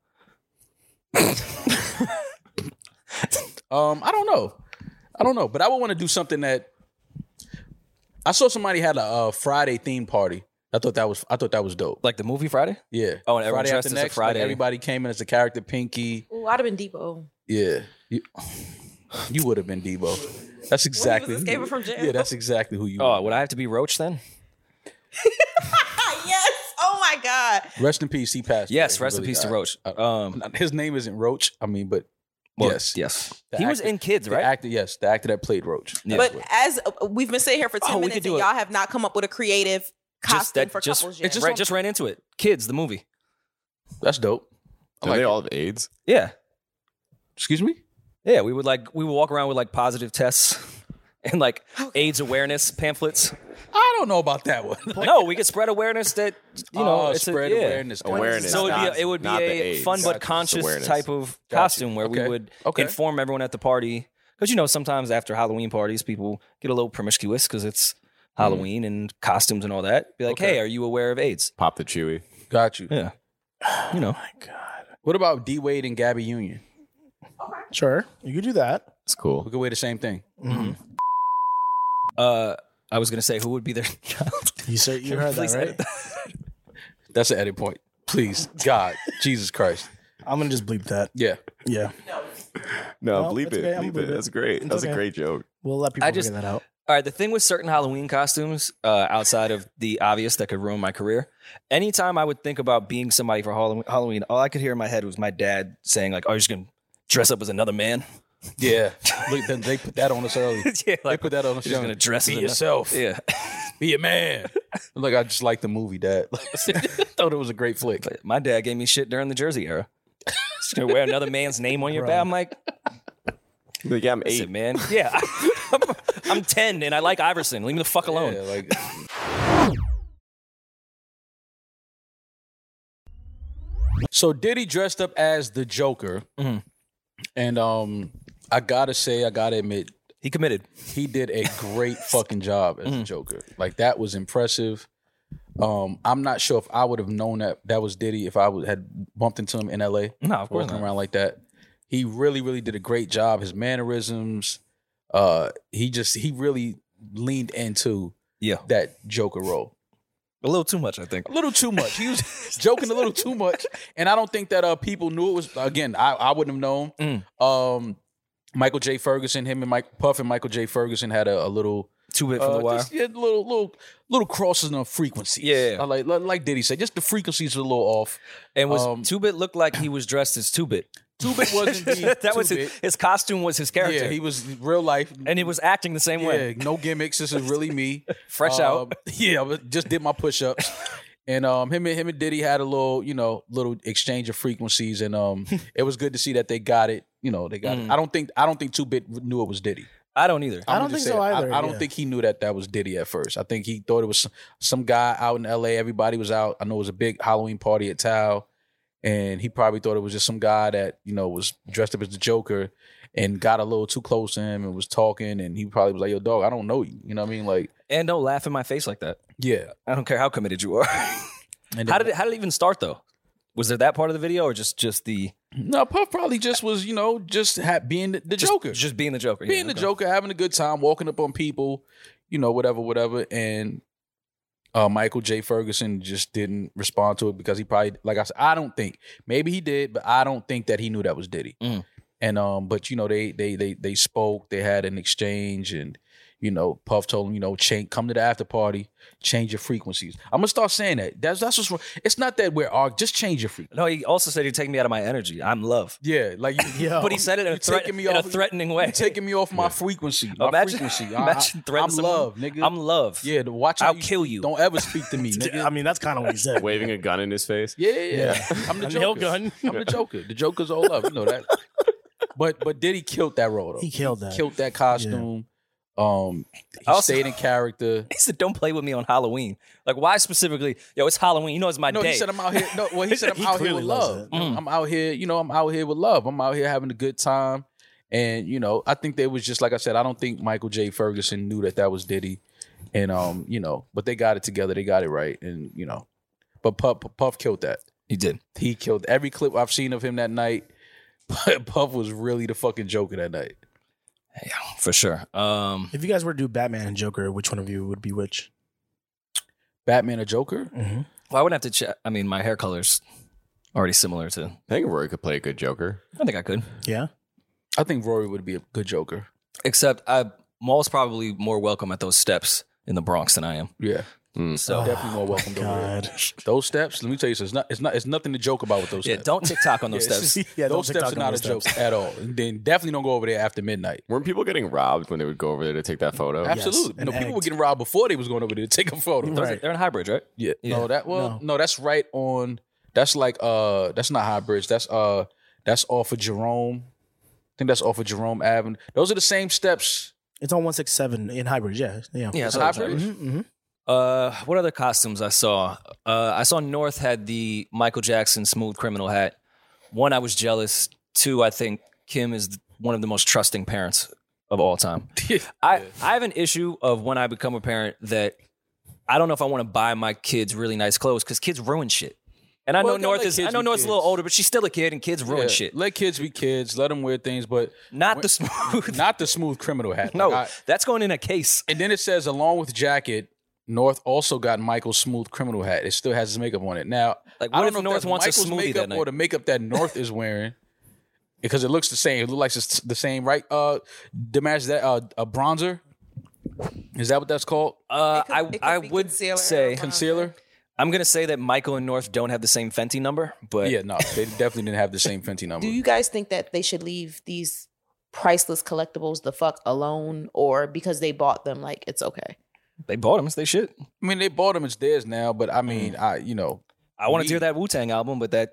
Um, I don't know. I don't know, but I would want to do something that I saw somebody had a, uh Friday theme party. I thought that was I thought that was dope.
Like the movie Friday?
Yeah.
Oh, and everyone dressed
after
as a
next, like,
Friday.
everybody came in as a character, Pinky.
Ooh, I'd have been Debo.
Yeah. You, you would have been Debo. That's exactly.
escaping from jail.
Yeah, that's exactly who you.
Oh,
were.
would I have to be Roach then?
Ah, yes. Oh my God.
Rest in peace. He passed.
Yes,
away.
rest in
Really
peace to
died.
Roach.
I-
Um,
His name isn't Roach. I mean, but
well,
yes,
yes.
The
He was
actor-
in Kids,
The
right?
actor, yes, the actor that played Roach.
Yeah.
But as uh, we've been sitting here for 10
Oh, we
minutes
could
and
do
y'all
a-
have not come up with a creative costume for
just,
couples
it
yet.
just, right, just ran into it. Kids, the movie.
That's dope. I
Do
like
they
it.
all have AIDS?
Yeah,
Excuse me.
yeah. We would like we would walk around with like positive tests and like AIDS awareness pamphlets.
I don't know about that one.
no, we could spread awareness that you know
Oh,
it's a-
spread
yeah.
awareness.
Awareness.
So it'd be
not-
a, it would be
not the
a
AIDS.
fun
Gotcha.
but
It's
conscious
awareness.
type of
Gotcha.
costume where
Okay.
we would
Okay.
inform everyone at the party because you know sometimes after Halloween parties people get a little promiscuous because it's Halloween and costumes and all that. Be like,
Hmm. Okay.
hey, are you aware of AIDS?
Pop the Chewy.
Got you.
Yeah, you know,
What about D Wade and Gabby Union?
Sure, you could do that.
It's
We
cool.
could wear the same thing.
uh, I was gonna say who would be their child.
You said you heard that,
Please
right?
edit that.
That's an edit point. Please, God, Jesus Christ.
I'm gonna just bleep that.
Yeah.
Yeah,
No,
No,
bleep
it's
it.
okay. I'm
Bleep
bleep
it.
it.
That's great.
It's
That's a
okay.
great joke.
we'll let people
I
figure
just-
that out.
All right, the thing with certain Halloween costumes, uh, outside of the obvious that could ruin my career, anytime I would think about being somebody for Hall- Halloween, all I could hear in my head was my dad saying, like, oh, you're just going to dress up as another man?
Yeah. Look, they, they put that on us early.
yeah,
They
like,
put that on us
you're just going
early.
to dress
Be
as
yourself.
Another- yeah.
Be a man. Look, I just like the movie, Dad. I thought it was a great flick.
But my dad gave me shit during the Jersey era. Just going to wear another man's name on your
Right.
back. I'm like,
Like, yeah, I'm eight.
listen, man. Yeah. I'm, I'm 10 and I like Iverson. Leave me the fuck alone.
Yeah, like So Diddy dressed up as the Joker.
Mhm.
And um I gotta say, I gotta admit,
He committed.
he did a great fucking job as
Mm-hmm.
the Joker. Like that was impressive. Um, I'm not sure if I would have known that that was Diddy if I would, had bumped into him in LA
No, Mm-hmm. of course
walking
not.
around like that. He really, really did a great job. His mannerisms, uh, he just he really leaned into
Yeah.
that Joker role.
A little too much, I think.
A little too much. He was joking a little too much, and I don't think that uh people knew it was. Again, I I wouldn't have known.
Mm.
Um, Michael J. Ferguson, him and Mike Puff and Michael J. Ferguson had a, a little
Too bit from
uh,
the wire.
Just, yeah, little little little crosses on frequencies.
Yeah.
I like like- like Diddy said, just the frequencies are a little off.
And was
Um,
Two Bit looked like he was dressed as Two Bit.
Two Bit wasn't the-
that was his,
Two-Bit.
his costume was his character,
Yeah, he was real life.
and he was acting the same
yeah,
way.
no gimmicks. This is really me.
Fresh
Um,
out.
Yeah, I was- just did my push ups. And um, him and him and Diddy had a little, you know, little exchange of frequencies, and um, it was good to see that they got it. You know, they
Mm.
got it. I don't think I don't think Two Bit knew it was Diddy.
I don't either.
I
I'ma
don't
just
think
say
so
it.
either,
I, I don't
yeah.
think he knew that that was Diddy at first. I think he thought it was some, some guy out in L.A. Everybody was out. I know it was a big Halloween party at Tao, and he probably thought it was just some guy that you know was dressed up as the Joker and got a little too close to him and was talking, and he probably was like, "Yo, dog, I don't know you." You know what I mean? Like,
And don't laugh in my face like that.
yeah.
I don't care how committed you are.
And
how did it, how did it even start though? Was there that part of the video, or just just the
No, Puff probably just was, you know, just ha- being the, the
just,
Joker,
just being the Joker,
being the Joker, having a good time, walking up on people, you know, whatever, whatever. And uh, Michael J. Ferguson just didn't respond to it because he probably, like I said, I don't think maybe he did, but I don't think that he knew that was Diddy.
Mm.
And um, but you know, they they they they spoke, they had an exchange, and you know, Puff told him, you know, change, come to the after party, change your frequencies. I'm gonna start saying that. That's that's what's wrong. It's not that we're arg- just change your frequency.
No, he also said he'd take me out of my energy. I'm love,
Yeah, like you,
Yo.
but he said it in, a,
Oh, you
threat,
taking me
in a
off-
threatening way.
You're taking me off my frequency. My
Imagine-
frequency.
imagine
I, I,
threatening
I'm
someone.
love, nigga.
I'm love.
Yeah, to watch.
I'll
how
kill you.
Don't ever speak to me, nigga.
I mean, that's kind of what he said.
Waving a gun in his face.
yeah, yeah, yeah. I'm the
A nail
Joker.
gun.
I'm the Joker. The Joker's all love. You know that. But but did he killed that role though?
He killed that.
Killed that costume. Um, he
Also-
stayed in character.
He said, "Don't play with me on Halloween." Like, why specifically? Yo, it's Halloween. You know, it's my
No,
day.
he said I'm out here. No, well, he said I'm
He
out here
clearly
with
loves
love.
it.
Mm.
I'm out here. You know, I'm out here with love. I'm out here having a good time. And you know, I think they was just like I said. I don't think Michael J. Ferguson knew that that was Diddy, and um, you know, but they got it together. They got it right, and you know, but Puff Puff killed that.
he did.
He killed every clip I've seen of him that night. Puff was really the fucking Joker that night.
Hey, for sure. Um,
If you guys were to do Batman and Joker, which one of you would be which?
Batman or Joker?
Mm-hmm.
well, I would have to check. I mean, my hair color's already similar to.
I think Rory could play a good Joker.
I think I could,
Yeah.
I think Rory would be a good Joker.
except I Maul's probably more welcome at those steps in the Bronx than I am.
Yeah,
So
definitely more welcome. than Rory.
God.
Those steps, let me tell you, something, it's not, it's not, it's nothing to joke about with those
yeah,
steps.
don't TikTok on those
Yeah, it's
steps.
yeah,
those
don't TikTok
steps are
on
not a
those
joke
steps.
at all. And then definitely don't go over there after midnight.
Weren't people getting robbed when they would go over there to take that photo?
Yes,
Absolutely,
and
no, people were
act.
getting robbed before they was going over there to take a photo.
Those are-
Right.
They're in High Bridge, right?
Yeah.
Yeah.
No, that well,
No.
no. that's right on. That's like uh, that's not High Bridge. That's uh, that's off of Jerome. I think that's off of Jerome Avenue. Those are the same steps.
It's on 167 in Hybrid. Yeah. Yeah.
Yeah,
It's
so
High
it's High
Bridge.
Mhm, mhm.
Uh, what other costumes I saw? Uh, I saw North had the Michael Jackson smooth criminal hat. One, I was jealous. Two, I think Kim is one of the most trusting parents of all time. I I have an issue of when I become a parent that I don't know if I want to buy my kids really nice clothes because kids ruin shit. And I
Well,
know
don't
North
let
is I
kids
know
be
North's a little
kids.
older, but she's still a kid and kids ruin
Yeah.
shit.
Let kids be kids. Let them wear things, but
Not the smooth.
not the smooth criminal hat.
no,
Like, I-
that's going in a case.
and then it says along with jacket. North also got Michael's smooth criminal hat. It still has his makeup on it. Now,
Like,
I
what
don't
if
know
North
if that's
wants a
Michael's
smoothie
makeup
that night?
or the makeup that North is wearing because it looks the same. It looks like it's the same, right? Uh, Dimash, that uh, a bronzer. Is that what that's called?
Uh,
It could-
I
it could
I
be
would
concealer or
say
bronzer.
Concealer?
I'm gonna say that Michael and North don't have the same Fenty number, but
Yeah, no, they definitely didn't have the same Fenty number.
Do you guys think that they should leave these priceless collectibles the fuck alone or because they bought them, like it's okay?
they bought them. So they should.
I mean, they bought them; it's theirs now. But I mean,
Mm-hmm.
I you know,
I want
We-
to hear that Wu Tang album, but that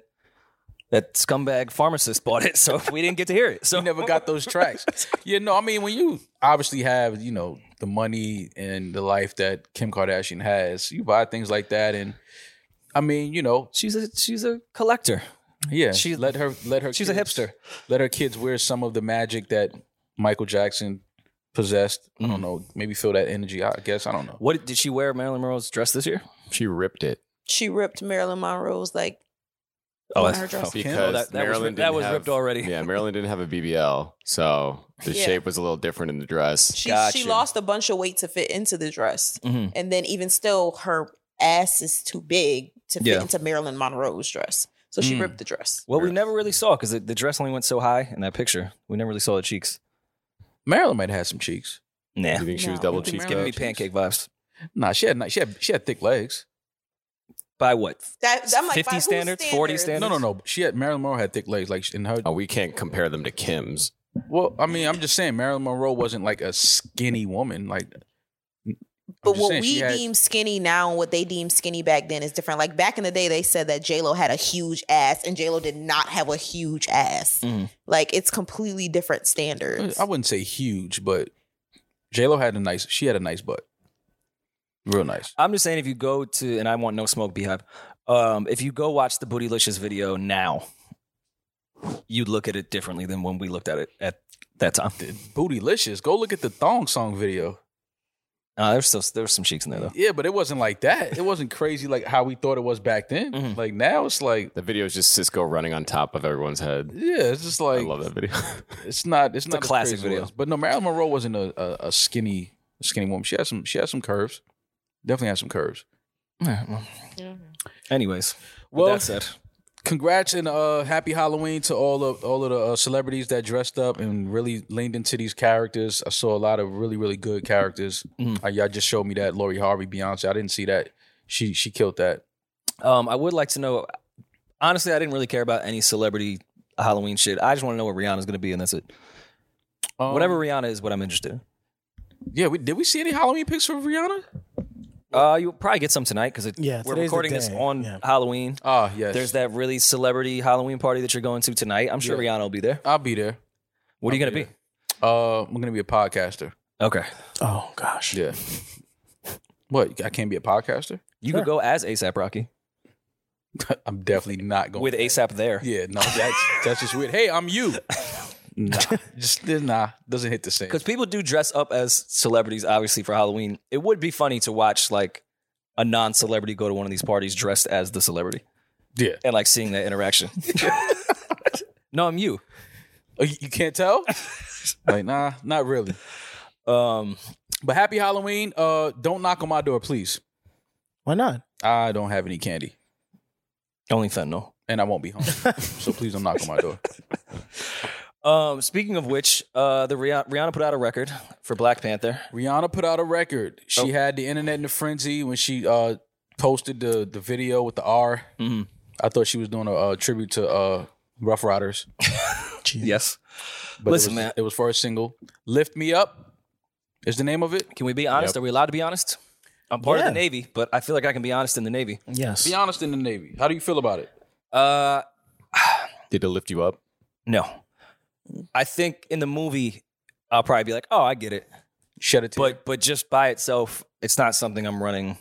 that scumbag pharmacist bought it, so we didn't get to hear it. So
you never got those tracks. yeah, no, I mean, when you obviously have you know the money and the life that Kim Kardashian has, you buy things like that, and I mean, you know,
she's a she's a collector.
Yeah,
She-
she let her let her.
she's a hipster.
Let her kids wear some of the magic that Michael Jackson possessed. I
Mhm.
don't know. Maybe feel that energy. I guess I don't know.
What did she wear Marilyn Monroe's dress this year?
She ripped it
She ripped Marilyn Monroe's like
Oh,
on
that's-
her dress.
Kim?
because
Oh,
that- that was
Maryland
ripped- that was ripped already.
Yeah, Maryland didn't have a BBL, so the
Yeah.
shape was a little different in the dress.
She
Gotcha.
she lost a bunch of weight to fit into the dress,
Mhm.
and then even still, her ass is too big to fit
Yeah.
into Marilyn Monroe's dress. So she
Mm.
ripped the dress.
Well, we never really saw because the, the dress only went so high in that picture. We never really saw the cheeks.
Marilyn might have had some cheeks.
Nah,
You think she was
No.
double
You think
cheeked?
giving me
Cheeks.
pancake vibes.
Nah, she had ni- she had she had thick legs.
By what?
That, that might
50
by whose
standards, 40
No, no, no. She had Marilyn Monroe had thick legs. Like in her.
Oh, we can't compare them to Kim's.
Well, I mean, I'm just saying Marilyn Monroe wasn't like a skinny woman. Like, I'm
But
just
what
saying, she
We
had-
deem skinny now, and what they deem skinny back then is different. Like back in the day, they said that J Lo had a huge ass, and J Lo did not have a huge ass.
Mhm.
Like it's completely different standards.
Mm-hmm. I wouldn't say huge, but J Lo had a nice. She had a nice butt. Real nice.
I'm just saying if you go to and I want no smoke beehive. Um, if you go watch the Bootylicious video now, you'd look at it differently than when we looked at it at that time.
Bootylicious. Go look at the thong song video.
Uh, there's still there's some cheeks in there though.
Yeah, but it wasn't like that. It wasn't crazy like how we thought it was back then.
Mhm.
Like now, it's like
The video is just Cisco running on top of everyone's head.
yeah, it's just like
I love that video.
it's not it's,
a
not as
classic
crazy as it
video.
was. But no, Marilyn Monroe wasn't a, a, a skinny a skinny woman. She had some she had some curves. Definitely had some curves.
Anyways, well,
Well-
that said,
Congrats and uh, happy Halloween to all of all of the uh, celebrities that dressed up and really leaned into these characters. I saw a lot of really really good characters.
Mhm.
Uh, y'all just showed me that Lori Harvey, Beyonce. I didn't see that. She she killed that.
um, I would like to know. Honestly, I didn't really care about any celebrity Halloween shit. I just want to know what Rihanna's going to be, and that's it.
Um,
Whatever Rihanna is, what I'm interested. in.
Yeah, we, did we see any Halloween pics for Rihanna?
Uh, you'll probably get some tonight because
Yeah,
we're
today's the
recording this
day.
on
Yeah.
Halloween.
Ah, yes.
There's that really celebrity Halloween party that you're going to tonight. I'm sure
Yeah.
Rihanna will be there.
I'll be there.
What are you
I'll
going to
be
be?
Uh, I'm gonna be a podcaster.
Okay.
Oh, gosh.
Yeah. what? I can't be a podcaster?
You
Sure.
could go as ASAP Rocky
I'm definitely not going
with ASAP there.
Yeah, no, that's that's just weird. Hey, I'm you. Nah, just nah, doesn't hit the same.
Because people do dress up as celebrities, obviously, for Halloween. It would be funny to watch like a non celebrity go to one of these parties dressed as the celebrity
Yeah,
and like seeing that interaction. no, I'm you.
Oh, you you can't tell? like, nah, not really.
Um,
But happy Halloween. Uh, don't knock on my door, please.
Why not?
I don't have any candy,
only fentanyl.
and I won't be home. so please don't knock on my door.
Um, speaking of which, uh, the Rihanna, Rihanna put out a record for Black Panther.
Rihanna put out a record. She
Oh.
had the internet in a frenzy when she uh posted the the video with the R.
Mhm.
I thought she was doing a, uh tribute to uh Rough Riders.
Yes.
But
Listen,
it was,
man.
it was for a single. "Lift Me Up" is the name of it.
Can we be honest?
Yep.
Are we allowed to be honest? I'm part
Yeah.
of the Navy, but I feel like I can be honest in the Navy.
Yes.
Be honest in the Navy. How do you feel about it?
Uh,
Did it lift you up?
no. I think in the movie, I'll probably be like, "Oh, I get it,"
Shed a tear.
but but just by itself, it's not something I'm running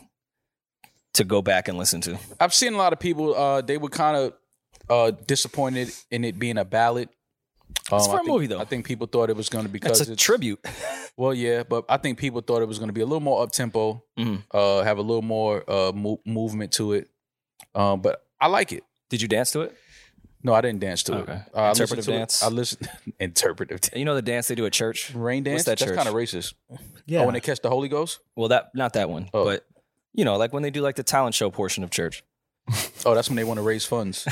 to go back and listen to.
I've seen a lot of people. Uh, they were kind of uh, disappointed in it being a ballad. Um,
for
I
a
think-
movie, though.
I think people thought it was going to because it's,
It's a tribute.
well, yeah, but I think people thought it was going to be a little more up tempo,
Mhm.
uh, have a little more uh, mo- movement to it. Um, but I like it.
Did you dance to it?
No, I didn't dance to
Okay.
it. Uh, I listened
Interpretive
to it-
dance?
I listened interpretive dance.
You know the dance they do at church.
Rain dance.
What's that
That's
church?
kind of racist.
Yeah.
Oh, when they catch the Holy Ghost.
Well, that not that one,
Oh.
but you know, like when they do like the talent show portion of church.
Oh, that's when they want to raise funds,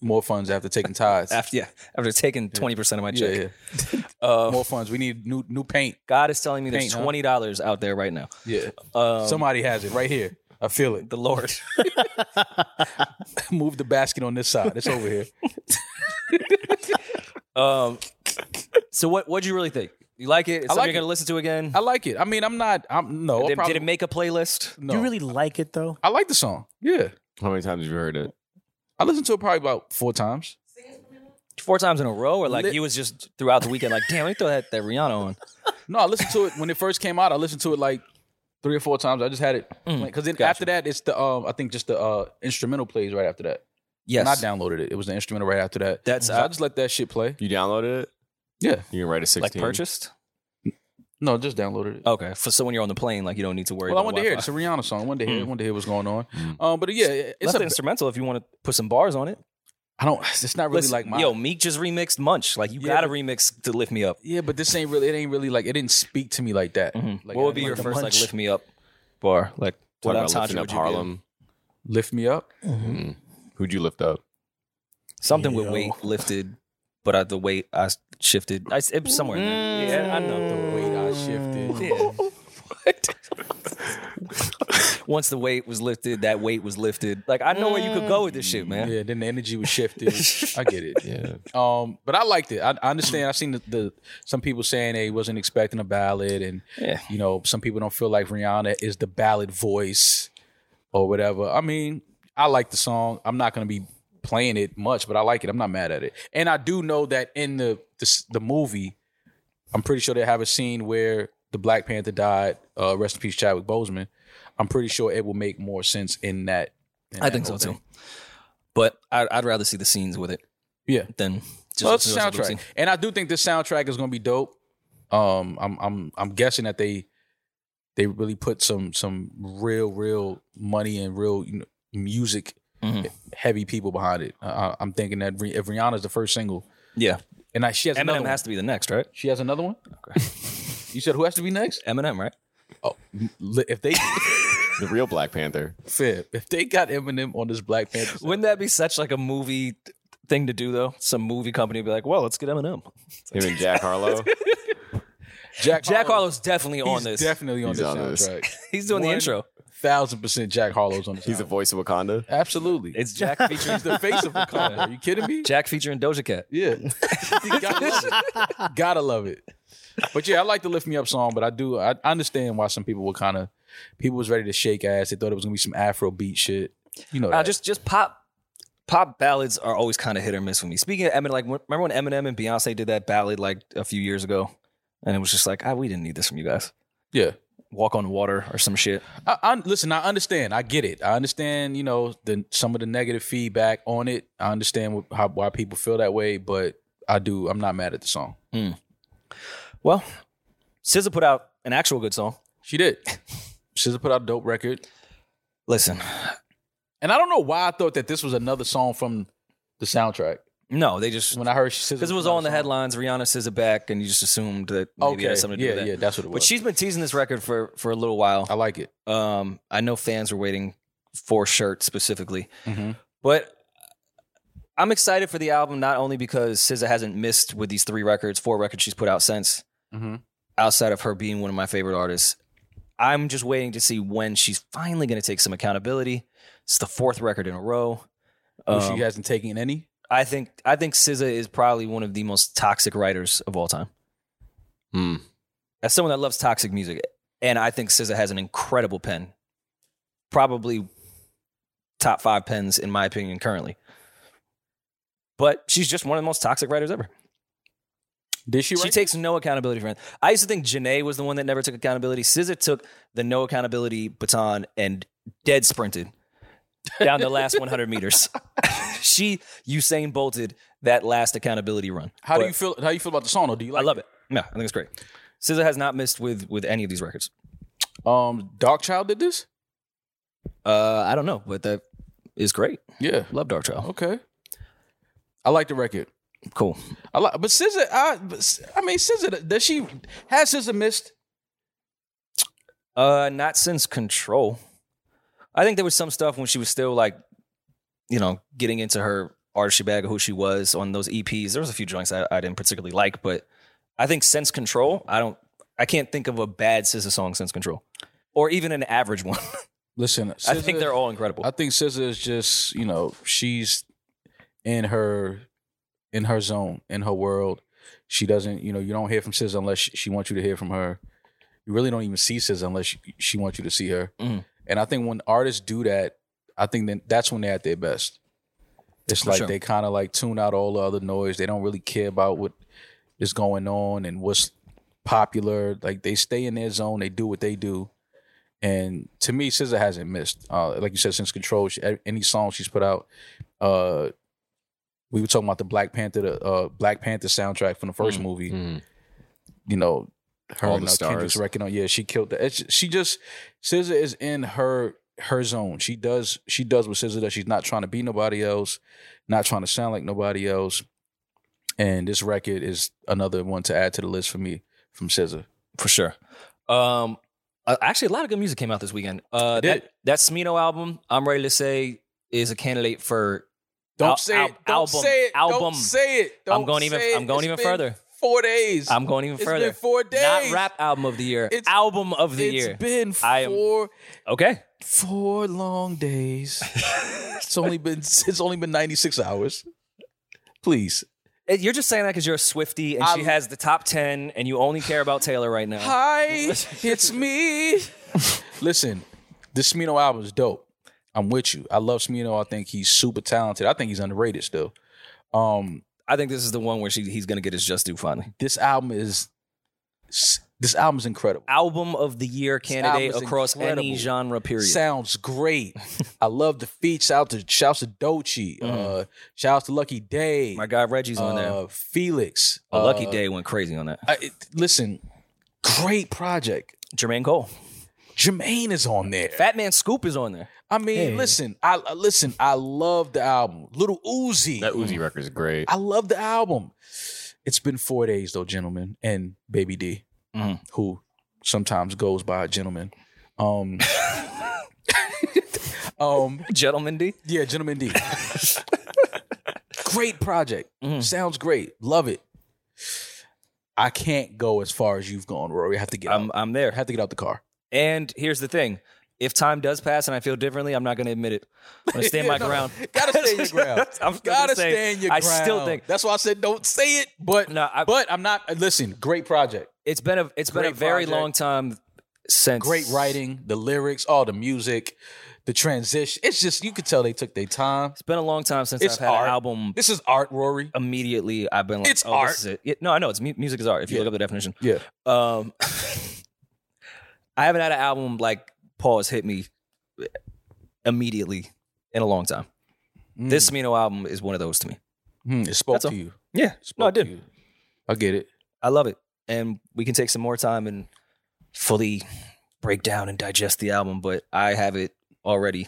more funds after taking tithes.
After yeah, after taking twenty percent of my
yeah,
check,
yeah.
Uh,
more funds. We need new new paint.
God is telling me there's
Paint, huh?
twenty dollars out there right now.
Yeah.
Um,
Somebody has it right here. I feel it.
the Lord.
Move the basket on this side. It's over here.
Um, so what? What'd you really think? You like it? It's something
like
you're
it.
gonna listen to again?
I like it. I mean, I'm not. I'm no. I
did, did
probably-
it make a playlist?
no.
Do you really like it though?
I like the song. Yeah.
How many times have you heard it?
I listened to it probably about four times.
Four times in a row, or like
Lit-
you was just throughout the weekend, like, damn, let me throw that, that Rihanna on.
No, I listened to it when it first came out. I listened to it like three or four times. I just had it
Mm,
because then
gotcha.
after that, it's the um. I think just the uh instrumental plays right after that.
Yes,
And I downloaded it. It was the instrumental right after that.
That's- uh,
so I just let that shit play.
You downloaded it?
Yeah.
You can write a 16.
like purchased.
No, just downloaded it.
Okay, for, so when you're on the plane, like you don't need to worry.
well, I
about
wanted to hear it. It's
Wi-Fi.
a Rihanna song. I wanted to hear. it.
Mm.
I wanted to hear what's going on.
Mm.
Um, but yeah, it- it's
Left
a.
the instrumental if you want to put some bars on it.
I don't. It's not really
Listen,
like my.
yo, Meek just remixed Munch. Like you
Yeah,
gotta
but-
remix to lift me up.
Yeah, but this ain't really. It ain't really like it didn't speak to me like that. Like,
Mm-hmm. what
I
would be
like
your
the
first
munch.
like lift me up bar? Like
Talk
what
about
entendre
lifting
would
up
you Mm-hmm. give?
Harlem.
Lift me up.
Mm. Who'd you lift up?
Something with
Yo.
weight lifted, but I, the weight I s- shifted. Mm. I, s- it was somewhere. in there. Yeah, I know.
The weight I shifted.
Once the weight was lifted, that weight was lifted. Like I know where you could go with this shit, man.
Yeah, then the energy was shifted. I get it.
Yeah.
Um, but I liked it. I,
Hmm.
I understand. I've seen the, the some people saying they wasn't expecting a ballad, and
Yeah.
you know some people don't feel like Rihanna is the ballad voice or whatever. I mean, I like the song. I'm not gonna be playing it much, but I like it. I'm not mad at it, and I do know that in the the, s- the movie, I'm pretty sure they have a scene where the Black Panther died. Uh, rest in peace, Chadwick Boseman. I'm pretty sure it will make more sense in that. in
I
that
think so
whole
too.
thing.
But I, I'd rather see the scenes with it.
Yeah.
Than just
Well, it's a
listen to us
soundtrack,
lip-sync.
and I do think this soundtrack is going to be dope. Um, I'm I'm I'm guessing that they they really put some some real real money and real you know, music
Mhm.
heavy people behind it. I- I, I'm thinking that Rih- if Rihanna's the first single,
Yeah.
and I, she has another
Eminem
one.
has to be the next, right?
she has another one. you said who has to be next?
Eminem, right?
Oh, li- if they
The real Black Panther.
fair, if they got Eminem on this Black Panther, sound-
Wouldn't that be such like a movie thing to do though? Some movie company would be like, "Well, let's get Eminem."
Him and Jack Harlow.
Jack
Jack Harlow's definitely
he's
on this.
definitely on
He's
this
on this.
soundtrack.
he's doing
One-
the intro.
Thousand percent, Jack Harlow's on this.
He's the voice of Wakanda.
absolutely.
It's Jack featuring
He's the face of Wakanda. Are you kidding me?
Jack featuring Doja Cat.
Yeah. You gotta love it. Gotta love it. But yeah, I like the lift me up song, but I do I I understand why some people were kind of people was ready to shake ass. They thought it was gonna be some Afro beat shit. You know,
Uh,
that.
just just pop pop ballads are always kind of hit or miss with me. Speaking of Eminem, like when- remember when Eminem and Beyonce did that ballad like a few years ago, and it was just like, ah, we didn't need this from you guys.
yeah.
Walk on water or some shit.
I, I listen. I understand. I get it. I understand. You know, the some of the negative feedback on it. I understand wh- how, why people feel that way, but I do. I'm not mad at the song.
Well, SZA put out an actual good song.
She did. SZA put out a dope record,
Listen,
and I don't know why I thought that this was another song from the soundtrack.
No, they just
When I heard she says
because it was all in the headlines. Rihanna says it back, and you just assumed that maybe it
Oh, Okay,
has something to do
yeah,
with that.
yeah, that's what it was.
But she's been teasing this record for for a little while.
I like it.
Um, I know fans were waiting for shirt specifically,
Mhm.
but I'm excited for the album not only because SZA hasn't missed with these three records, four records she's put out since.
Mhm.
Outside of her being one of my favorite artists, I'm just waiting to see when she's finally going to take some accountability. It's the fourth record in a row.
Well,
Um,
she hasn't taken any.
I think I think SZA is probably one of the most toxic writers of all time.
Hmm.
As someone that loves toxic music, and I think SZA has an incredible pen, probably top five pens in my opinion currently. But she's just one of the most toxic writers ever.
Did she?
She
write-
takes no accountability for anything. I used to think Janae was the one that never took accountability. SZA took the no accountability baton and dead sprinted down the last 100 meters. she Usain bolted that last accountability run.
how do
But
you feel? How you feel about the song? Though? Do you like?
I love it. No, I think it's great. SZA has not missed with with any of these records.
it? Um, Dark Child did this.
Uh, I don't know, but that is great.
Yeah.
Love Dark Child.
Okay. I like the record.
Cool.
I like, but SZA. I, but S- I mean, SZA. Does she has SZA missed?
Uh, not since Control. I think there was some stuff when she was still like, you know, getting into her artistry bag of who she was on those EPs. There was a few joints I, I didn't particularly like, but I think since Control, I don't, I can't think of a bad SZA song since Control, or even an average one.
Listen,
I think
SZA
they're all incredible.
I think SZA is just you know she's in her in her zone in her world. She doesn't you know you don't hear from SZA unless she, she wants you to hear from her. You really don't even see SZA unless she, she wants you to see her.
Mhm.
And I think when artists do that, I think then that's when they're at their best. It's
For
like
sure.
they kind of like tune out all the other noise. They don't really care about what is going on and what's popular. Like they stay in their zone. They do what they do. And to me, SZA hasn't missed. Uh, like you said, since Control, she, any song she's put out, uh, we were talking about the Black Panther, the uh, Black Panther soundtrack from the first
Mm.
movie.
Mm.
You know, her
All
and
the
uh, Kendrick's
stars.
record on. Yeah, she killed that. It's, she just SZA is in her her zone. She does she does what SZA does. She's not trying to be nobody else, not trying to sound like nobody else. And this record is another one to add to the list for me from SZA.
for sure. Um, uh, actually, a lot of good music came out this weekend. Uh,
It did.
that that Smino album, I'm ready to say, is a candidate for.
Don't
Al-
say
al-
it. Don't
album.
say it. Don't
Album.
say it. Don't
I'm going even-
say it.
I'm going
It's
even
been
further.
Four days.
I'm going even
It's
further.
been four days.
Not rap album of the year.
It's-
album of the year.
It's been
I am-
four
okay.
four long days. it's only been it's only been ninety six hours. Please.
Uh, You're just saying that because you're a Swifty and she
I'm-
has the top 10 and you only care about Taylor right now.
Hi, it's me. Listen, this Smino album is dope. I'm with you. I love Smino. I think he's super talented. I think he's underrated still. Um,
I think this is the one where she, he's going to get his just due finally.
this album is this album is incredible.
Album of the year candidate
album's
across any
incredible.
genre, period.
Sounds great. I love the feats. Out to shouts to Dochi. Uh, shouts to Lucky Day.
Mm-hmm. My God, Reggie's on there.
uh, Felix.
A lucky
Uh,
day went crazy on that.
I, it, listen, great project.
Jermaine Cole.
Jermaine is on there.
Fat Man Scoop is on there.
I mean, listen, I I- listen, I love the album. Little Uzi.
That Uzi record is great.
I love the album. It's been four days though, gentlemen, and Baby D,
Mhm.
who sometimes goes by gentleman. Um, um,
Gentleman D.
yeah, gentleman D. great project.
Mhm.
Sounds great. Love it. I can't go as far as you've gone, Rory. I have to get.
I'm,
out.
I'm
I
there.
have to get out the car.
And here's the thing. If time does pass and I feel differently, I'm not going to admit it. I'm going to stand my
No,
ground.
Gotta stay your ground.
I'm gonna
Gotta
say,
stay in your
I
ground.
still think
that's why I said don't say it. But
No, I-
but I'm not. Listen, great project,
it's been a it's been a
Great
very
project.
long time since
great writing, the lyrics, all the music, the transition. It's just you could tell they took their time.
It's been a long time since
It's
I've had
art.
an album.
This is art, Rory.
Uh, Immediately, I've been like,
It's
oh, This is it. Yeah, no, I know it's mu- music is art. If you
Yeah.
look up the definition,
Yeah,
um, I haven't had an album like pause hit me immediately in a long time.
Hmm.
This Mino album is one of those to me.
Mm, it spoke
That's all.
to you.
Yeah,
It
no, I
spoke to
did.
you. I get it.
I love it, and we can take some more time and fully break down and digest the album. But I have it already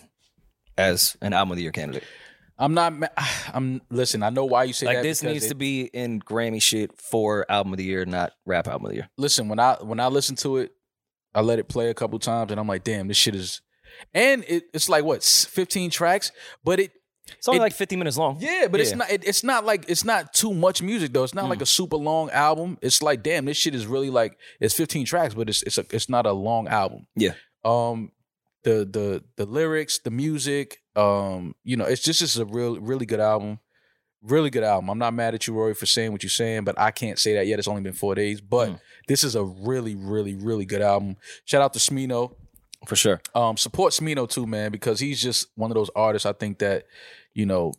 as an album of the year candidate.
I'm not. ma- I'm listen. I know why you say
Like
that.
this
because
needs
it-
to be in Grammy shit for album of the year, not rap album of the year.
listen when I when I listen to it, I let it play a couple times, and I'm like, damn, this shit is. And it, it's like what s- 15 tracks, but it
It's only
It-
like 50 minutes long.
yeah, but it's
Yeah. Mm.
not it, it's not like it's not too much music though. It's not like a super long album. It's like damn, this shit is really like it's 15 tracks, but it's it's a, it's not a long album.
Yeah.
Um, the the the lyrics, the music, um, you know, it's just it's a real really good album, really good album. I'm not mad at you, Rory, for saying what you're saying, but I can't say that yet. It's only been four days, but
Mm.
this is a really really really good album. Shout out to Smino.
for sure.
Um, support Smino too, man, because he's just one of those artists. I think that you know,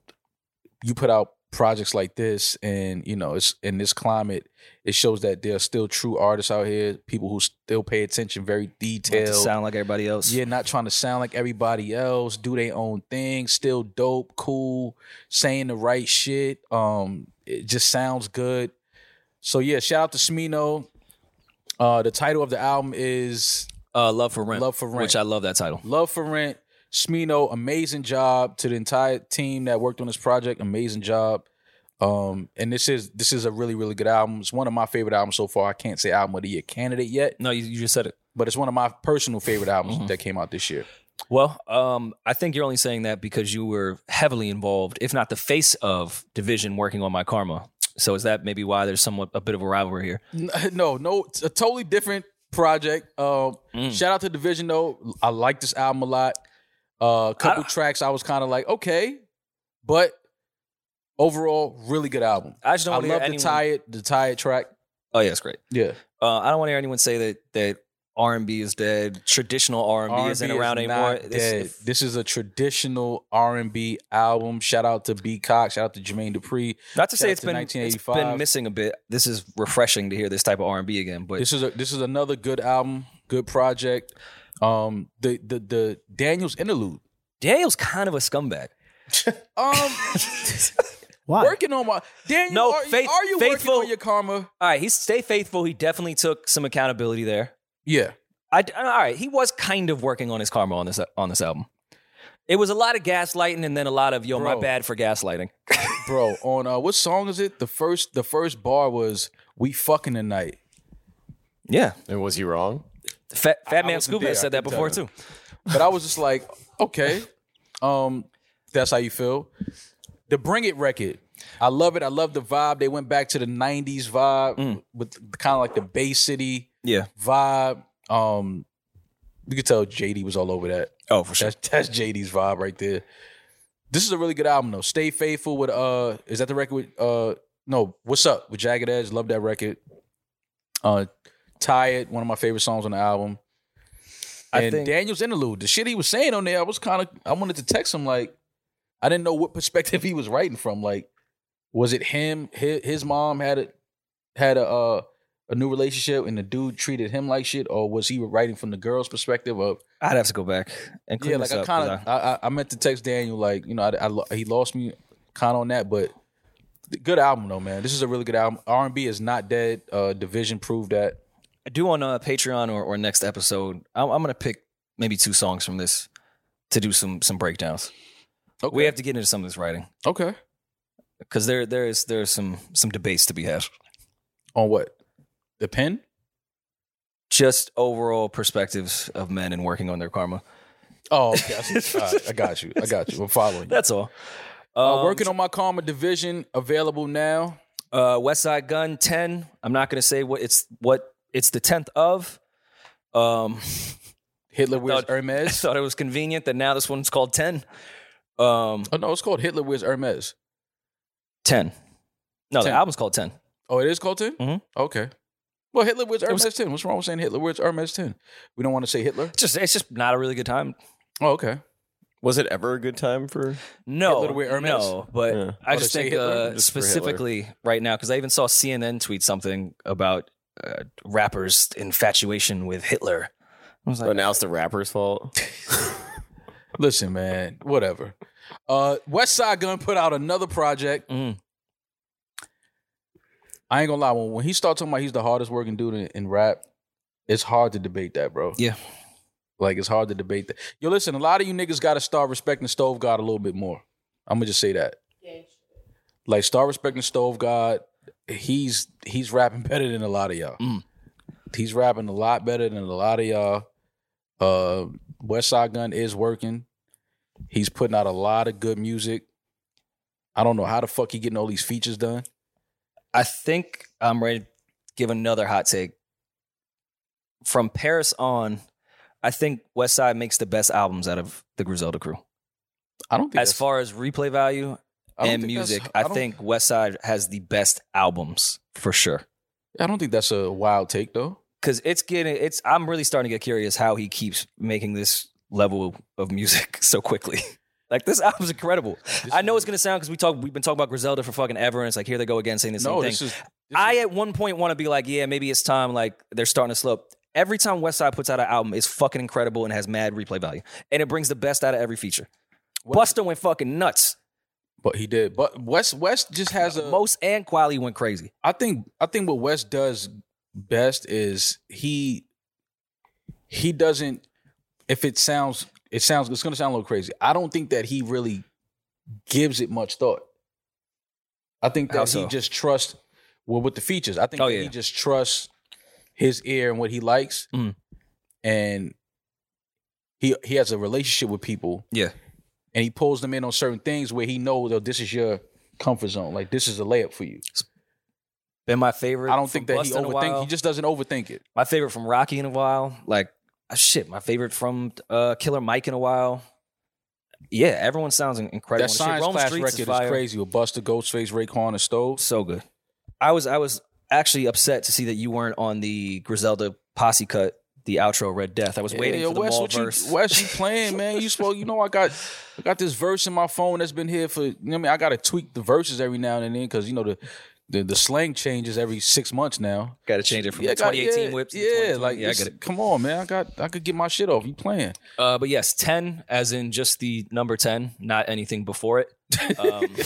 you put out projects like this, and you know, it's in this climate, it shows that there are still true artists out here, people who still pay attention, very
Like to
detailed.
sound like everybody else.
yeah, not trying to sound like everybody else, do their own thing, still dope, cool, saying the right shit. Um, it just sounds good. So yeah, shout out to Smino. Uh, the title of the album is
Uh, Love for Rent.
Love for Rent.
Which I love that title.
Love for Rent. Smino, amazing job to the entire team that worked on this project. Amazing job. Um, and this is this is a really really good album. It's one of my favorite albums so far. I can't say album of the year candidate yet,
No, you, you just said it.
but it's one of my personal favorite albums
Mhm.
that came out this year.
Well, um, I think you're only saying that because you were heavily involved, if not the face of Division working on My Karma. So is that maybe why there's somewhat a bit of a rivalry here?
N- No, no, it's a totally different project. Um,
Mm.
shout out to Division though. I like this album a lot. Uh, a couple
I-
tracks I was kind of like okay, but overall really good album.
I just don't
I
want to
love
hear
the
anyone.
tired the tired track.
Oh yeah, it's great.
Yeah.
Uh, I don't want to hear anyone say that that R and B is dead. Traditional R and B isn't
R&B is
around
not
anymore.
dead.
It's-
this is a traditional R and B album. Shout out to B Cox. Shout out to Jermaine Dupri.
not to
Shout
say
out
it's
to
been it's
1985.
been missing a bit. This is refreshing to hear this type of R and B again. But
This is a this is another good album, good project. Um, the the the Daniel's interlude.
Daniel's kind of a scumbag.
Um,
Why?
working on my Daniel.
No,
are,
faith-
are you
faithful-
working on your karma?
All right, he stay faithful. He definitely took some accountability there.
Yeah,
I, all right, he was kind of working on his karma on this on this album. It was a lot of gaslighting and then a lot of yo, my
Bro.
bad for gaslighting.
bro. On uh, what song is it? The first the first bar was "We fucking tonight."
Yeah,
And was he wrong?
Fat,
I- I
Fat Man
wasn't
Scuba
there,
said
I
that
can
before
tell.
too.
But I was just like, okay, um, that's how you feel. The Bring It record, I love it. I love the vibe. They went back to the '90s vibe with kind of like the Bay City
Yeah.
vibe. Um, you could tell JD was all over that.
Oh, for sure.
That's, that's JD's vibe right there. This is a really good album though. Stay faithful with uh, is that the record with uh? No, what's up with Jagged Edge? Love that record. Uh, tired, one of my favorite songs on the album.
I
and
think-
Daniel's interlude, the shit he was saying on there, I was kind of I wanted to text him like, I didn't know what perspective he was writing from. Like, was it him? His, his mom had a had a uh, a new relationship, and the dude treated him like shit, or was he writing from the girl's perspective of
I'd have to go back and clean
yeah, like
this
I
up,
kind
'cause
of, I, I, I meant to text Daniel, like you know, I, I lo- he lost me kind of on that, but good album though, man. This is a really good album. R and B is not dead. Uh, Division proved that.
I do on uh, Patreon or, or next episode. I'm, I'm gonna pick maybe two songs from this to do some some breakdowns.
Okay,
We have to get into some of this writing
okay.
because there there is there's some some debates to be had.
On what? The pen?
Just overall perspectives of men and working on their karma.
Oh, okay. I see. All right, I got you. I got you. I'm following you.
That's all.
Uh,
Um,
working on my Karma Division available now.
Uh, West Side Gun 10. I'm not going to say what it's what it's the 10th of. Um,
Hitler wears
thought- I
Hermes.
thought it was convenient that now this one's called 10. Um,
Oh no, it's called Hitler wears Hermes.
10. No, the
10.
album's called 10.
Oh, it is called 10?
Mhm.
Okay. Well, Hitler wears
It was-
Hermes 10. What's wrong with saying Hitler wears Hermes 10? We don't want to say Hitler.
It's Just it's just not a really good time.
Oh, okay.
Was it ever a good time for?
No,
Hitler with Hermes?
no, but
Yeah.
I
Oh,
just
to say
think
Hitler?
uh,
Just for Hitler.
specifically right now because I even saw CNN tweet something about uh, rappers' infatuation with Hitler. I was like,
Oh, now it's the rapper's fault.
Listen, man, whatever. Uh, West Side Gun put out another project.
Mm.
I ain't gonna lie, when, when he started talking about he's the hardest working dude in, in rap, it's hard to debate that, bro.
Yeah.
Like it's hard to debate that. Yo, listen, a lot of you niggas gotta start respecting Stove God a little bit more. I'm gonna just say that. Like start respecting Stove God. He's he's rapping better than a lot of y'all.
Mm.
He's rapping a lot better than a lot of y'all. Uh, West Side Gun is working. He's putting out a lot of good music. I don't know how the fuck he getting all these features done.
I think I'm ready to give another hot take. From Paris on, I think West Side makes the best albums out of the Griselda crew.
I don't think
As
that's-
far as replay value
I don't
and
think that's-
music, I,
don't-
think West Side has the best albums for sure.
I don't think that's a wild take though.
Cause it's getting it's I'm really starting to get curious how he keeps making this level of music so quickly. Like this album's incredible. I know it's gonna sound because we talk we've been talking about Griselda for fucking ever, and it's like here they go again saying the same
no.
thing.
This is this
I
is-
at one point want to be like, yeah, maybe it's time. Like they're starting to slope. Every time Westside puts out an album, it's fucking incredible and has mad replay value, and it brings the best out of every feature.
What-
Buster went fucking nuts.
but he did. But West West just has a
Most and Quali went crazy.
I think I think what West does best is he he doesn't if it sounds it sounds it's gonna sound a little crazy. I don't think that he really gives it much thought. I think
How
that
so?
he just trusts well with the features. I think
Oh,
that
yeah.
he just trusts his ear and what he likes.
Mm.
And he he has a relationship with people.
Yeah.
And he pulls them in on certain things where he knows that this is your comfort zone. Like this is a layup for you.
Been my favorite.
I don't
from
think that he
Busta in a
overthink. He
while.
just doesn't overthink it.
my favorite from Rocky in a while. Like ah, shit, my favorite from uh, Killer Mike in a while. Yeah, everyone sounds in- incredible.
that
Shit,
science
Rome
class
Streets
record is,
fire.
crazy with Buster, Ghostface, Raekwon, and Stove.
so good. I was I was actually upset to see that you weren't on the Griselda posse cut, the outro Red Death. I was waiting
Yeah,
for the
Wes,
mall
what
verse.
you Wes, you playing, man? You supposed you know I got I got this verse in my phone that's been here for. You know what I mean, I got to tweak the verses every now and then because you know the, the the slang changes every six months now.
Got to change it from
Yeah,
the
I got-
2018
yeah,
whips. to the
Yeah,
2020.
like
yeah, I
it's-
get it.
come on, man. I got I could get my shit off. You playing?
Uh, but yes, 10 as in just the number 10, not anything before it. Um,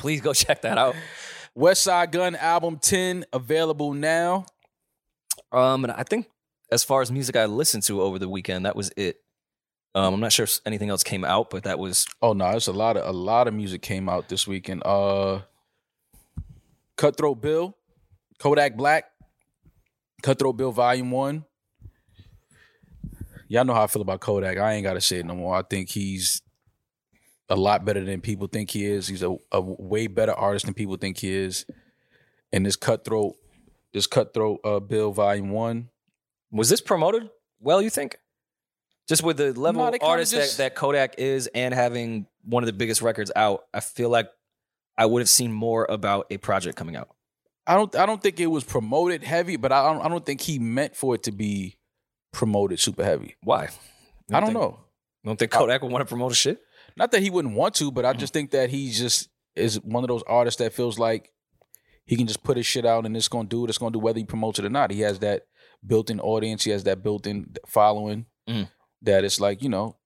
please go check that out.
West Side Gun album ten available now.
Um, and I think as far as music I listened to over the weekend, that was it. Um, I'm not sure if anything else came out, but that was
Oh no, it's a lot of a lot of music came out this weekend. Uh Cutthroat Bill, Kodak Black, Cutthroat Bill Volume One. Y'all know how I feel about Kodak. I ain't gotta say it no more. I think he's a lot better than people think he is. He's a, a way better artist than people think he is. And this cutthroat, this cutthroat uh, Bill Volume One.
was this promoted well you think just with the level
No,
of
they kinda
artist
just-
that, that kodak is and having one of the biggest records out i feel like i would have seen more about a project coming out
I don't I don't think it was promoted heavy, but I don't I don't think he meant for it to be promoted super heavy.
why
I don't
think,
know.
you don't think kodak would want to promote his shit
not that he wouldn't want to, but I just think that he just is one of those artists that feels like he can just put his shit out and it's gonna do what it's gonna do whether he promotes it or not. He has that built-in audience, he has that built-in following
Mm.
that it's like, you know,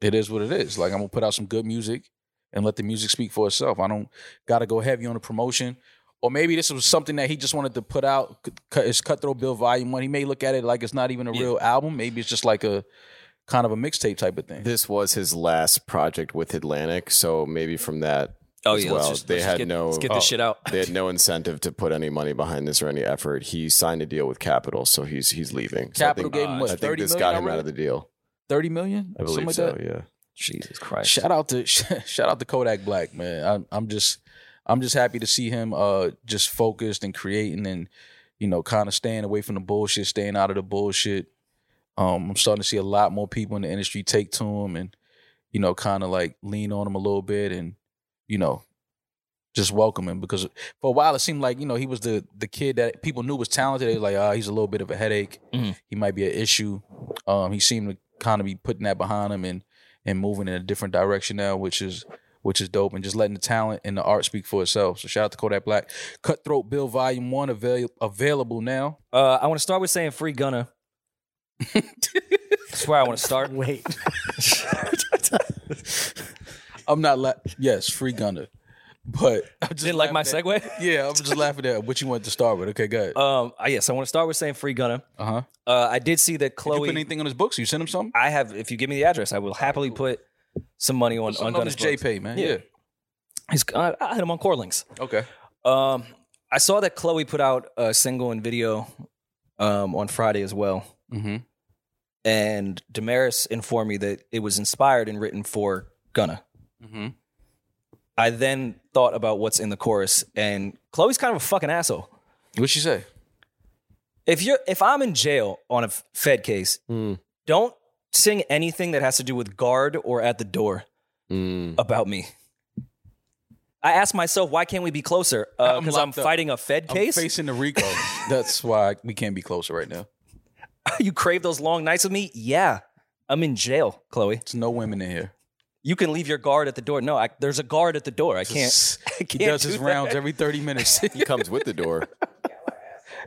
it is what it is. Like I'm gonna put out some good music and let the music speak for itself. I don't gotta go heavy on the promotion. Or maybe this was something that he just wanted to put out. c- Cut, it's Cutthroat Bill Volume One. He may look at it like it's not even a
Yeah.
real album. Maybe it's just like a kind of a mixtape type of thing.
This was his last project with Atlantic, so maybe from that
oh
as
yeah
well,
let's just,
they
let's just
had
get,
no
let's get this
Oh.
shit out
they had no incentive to put any money behind this or any effort. He signed a deal with Capital, so he's he's leaving. So
Capital
I think,
gave him
I
what
think
thirty
this
million.
got him
already?
out of the deal.
thirty million.
I believe
Something
so.
like
Yeah.
jesus
that.
christ
Shout out to shout out to Kodak Black, man. I'm, I'm just I'm just happy to see him uh just focused and creating and you know kind of staying away from the bullshit, staying out of the bullshit. Um, I'm starting to see a lot more people in the industry take to him and you know kind of like lean on him a little bit and you know just welcome him because for a while it seemed like you know he was the the kid that people knew was talented. They was like, ah, he's a little bit of a headache.
Mhm.
He might be an issue. Um, he seemed to kind of be putting that behind him and and moving in a different direction now, which is which is dope, and just letting the talent and the art speak for itself. So shout out to Kodak Black, Cutthroat Bill Volume One avail- available now.
uh, i want to start with saying free gunna that's where i want to start
Wait.
I'm not la- yes, free gunner. But I just
Didn't like my
laughed
segue.
at- Yeah, I'm just laughing at what you wanted to start with. Okay, good.
Um, uh, yes, I want to start with saying free Gunna.
Uh huh.
Uh, I did see that
Did you
Chloe.
put anything on his books? You sent him something?
I have. If you give me the address, I will happily put some money on on
Something on
Gunna's
his
books.
JPay, man.
Yeah.
Yeah.
His, I, I had him on Core Links.
Okay.
Um, I saw that Chloe put out a single and video um, on Friday as well,
Mm-hmm.
and Damaris informed me that it was inspired and written for Gunna.
Mm-hmm.
I then thought about what's in the chorus, and Chloe's kind of a fucking asshole.
What'd she say?
If you're, if I'm in jail on a f- Fed case,
Mm.
don't sing anything that has to do with guard or at the door.
Mm.
about me. I ask myself, why can't we be closer?
I'm
Because I'm,
locked up.
fighting a Fed
I'm
case.
facing the Rico. That's why we can't be closer right now.
you crave those long nights with me? Yeah. I'm in jail, Chloe.
There's no women in here.
You can leave your guard at the door. No, I, there's a guard at the door. I can't. I
He
can't
does
do
his
that.
rounds every 30 minutes.
He comes with the door.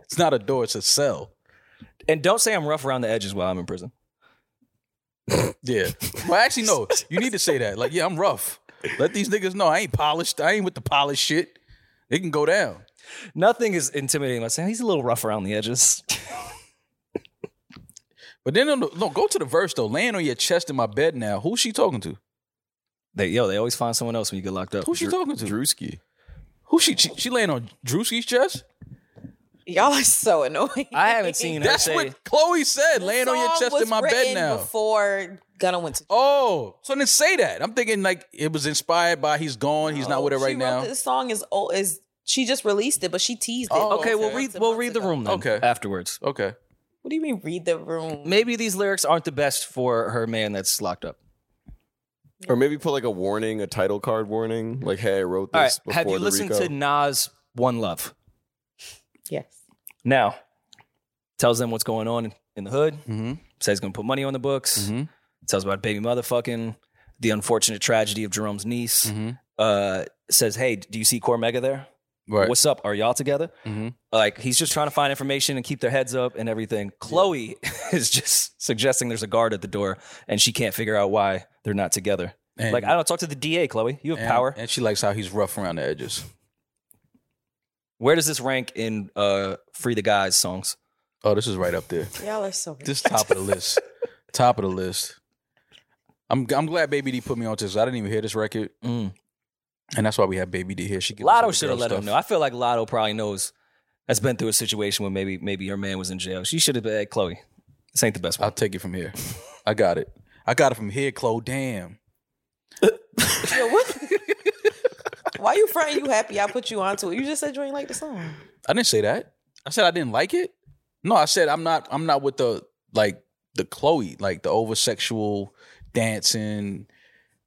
it's not a door, it's a cell.
And don't say I'm rough around the edges while I'm in prison.
Yeah. Well, actually, no. You need to say that. Like, yeah, I'm rough. Let these niggas know I ain't polished. I ain't with the polished shit. It can go down.
Nothing is intimidating. Like saying he's a little rough around the edges.
But then, on the, no, go to the verse though. Laying on your chest in my bed now. Who's she talking to?
they, yo, they always find someone else when you get locked up.
Who's she talking to?
Drewski.
Who she, she? She laying on Drewski's chest?
Y'all are so annoying.
I haven't seen her
That's
say.
what Chloe said. Laying on your
Song
chest
was
in my bed
written
now.
Before Gunna went to
Oh, so then say that. I'm thinking like it was inspired by he's gone. He's not with her
She
right
wrote
now.
This song is old. Is she just released it? But she teased it.
Oh,
okay, we'll
Okay.
read.
Months and
We'll
months
read the
ago.
room then.
Okay.
Afterwards.
Okay.
What do you mean? Read the room?
Maybe these lyrics aren't the best for her man that's locked up.
Or maybe put like a warning, a title card warning, like, "Hey, I wrote
All
this
right. Have
before
you
the
listened
Rico."
to Nas One Love?
Yes.
Now, tells them what's going on in the hood.
Mm-hmm.
Says he's gonna put money on the books.
Mhm.
Tells about baby motherfucking, the unfortunate tragedy of Jerome's niece.
Mm-hmm.
Uh, says, hey, do you see Core Mega there?
Right.
What's up? Are y'all together?
Mhm.
Like he's just trying to find information and keep their heads up and everything. Chloe is just suggesting there's a guard at the door and she can't figure out why they're not together.
And-
like I don't talk to the DA, Chloe. You have
and-
power.
And she likes how he's rough around the edges.
Where does this rank in uh, Free the Guys songs?
Oh, this is right up there.
Y'all are so.
This top of the list. top of the list. I'm I'm glad Baby D put me on to this. I didn't even hear this record,
Mm.
and that's why we have Baby D here. She gives us all
Lotto
the
should have
girl
let him
stuff.
know. I feel like Lotto probably knows. Has been through a situation where maybe maybe her man was in jail. She should have been, hey, Chloe, this ain't the best
I'll
one.
take it from here. I got it. I got it from here, Chloe. Damn.
Yo, what? Why you fronting? You happy? I put you onto it. You just said you ain't like the song.
I didn't say that. I said I didn't like it. No, I said I'm not. I'm not with the like the Chloe, like the over sexual dancing.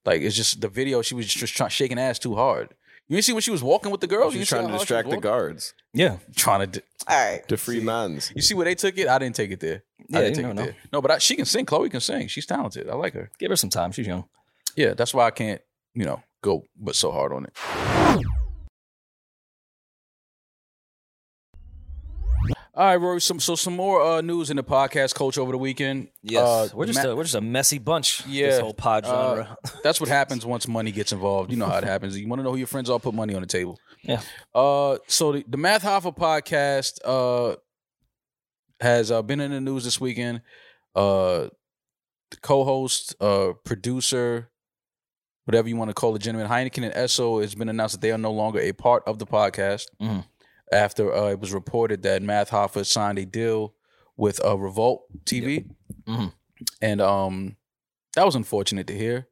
Like it's just the video. She was just trying shaking ass too hard. You didn't see when she was walking with the girls. You
She's
see
trying
how
to
hard she
distract
was
the
walking?
guards,
Yeah,
Trying to. di-
All right.
the free mans.
You see where they took it? I didn't take it there.
Yeah,
I didn't
you
take
don't
it
know.
there. No, but I, she can sing. Chloe can sing. She's talented. I like her.
give her some time. She's young.
Yeah, that's why I can't, you know, go but so hard on it. All right, Rory. Some, so some more uh, news in the podcast culture over the weekend. Uh,
we're just
Ma-
a, we're just a messy bunch.
Yeah.
this whole pod
Uh,
genre.
that's what happens once money gets involved. You know how it happens. You want to know who your friends are, put money on the table.
Yeah.
Uh, so the, the Math Hoffa podcast uh, has uh, been in the news this weekend. Uh, the co-host, uh, producer, whatever you want to call the gentleman, Heineken and Esso, it's been announced that they are no longer a part of the podcast.
Mhm.
After uh, it was reported that Math Hoffa signed a deal with uh, Revolt TV,
Mhm.
and um, that was unfortunate to hear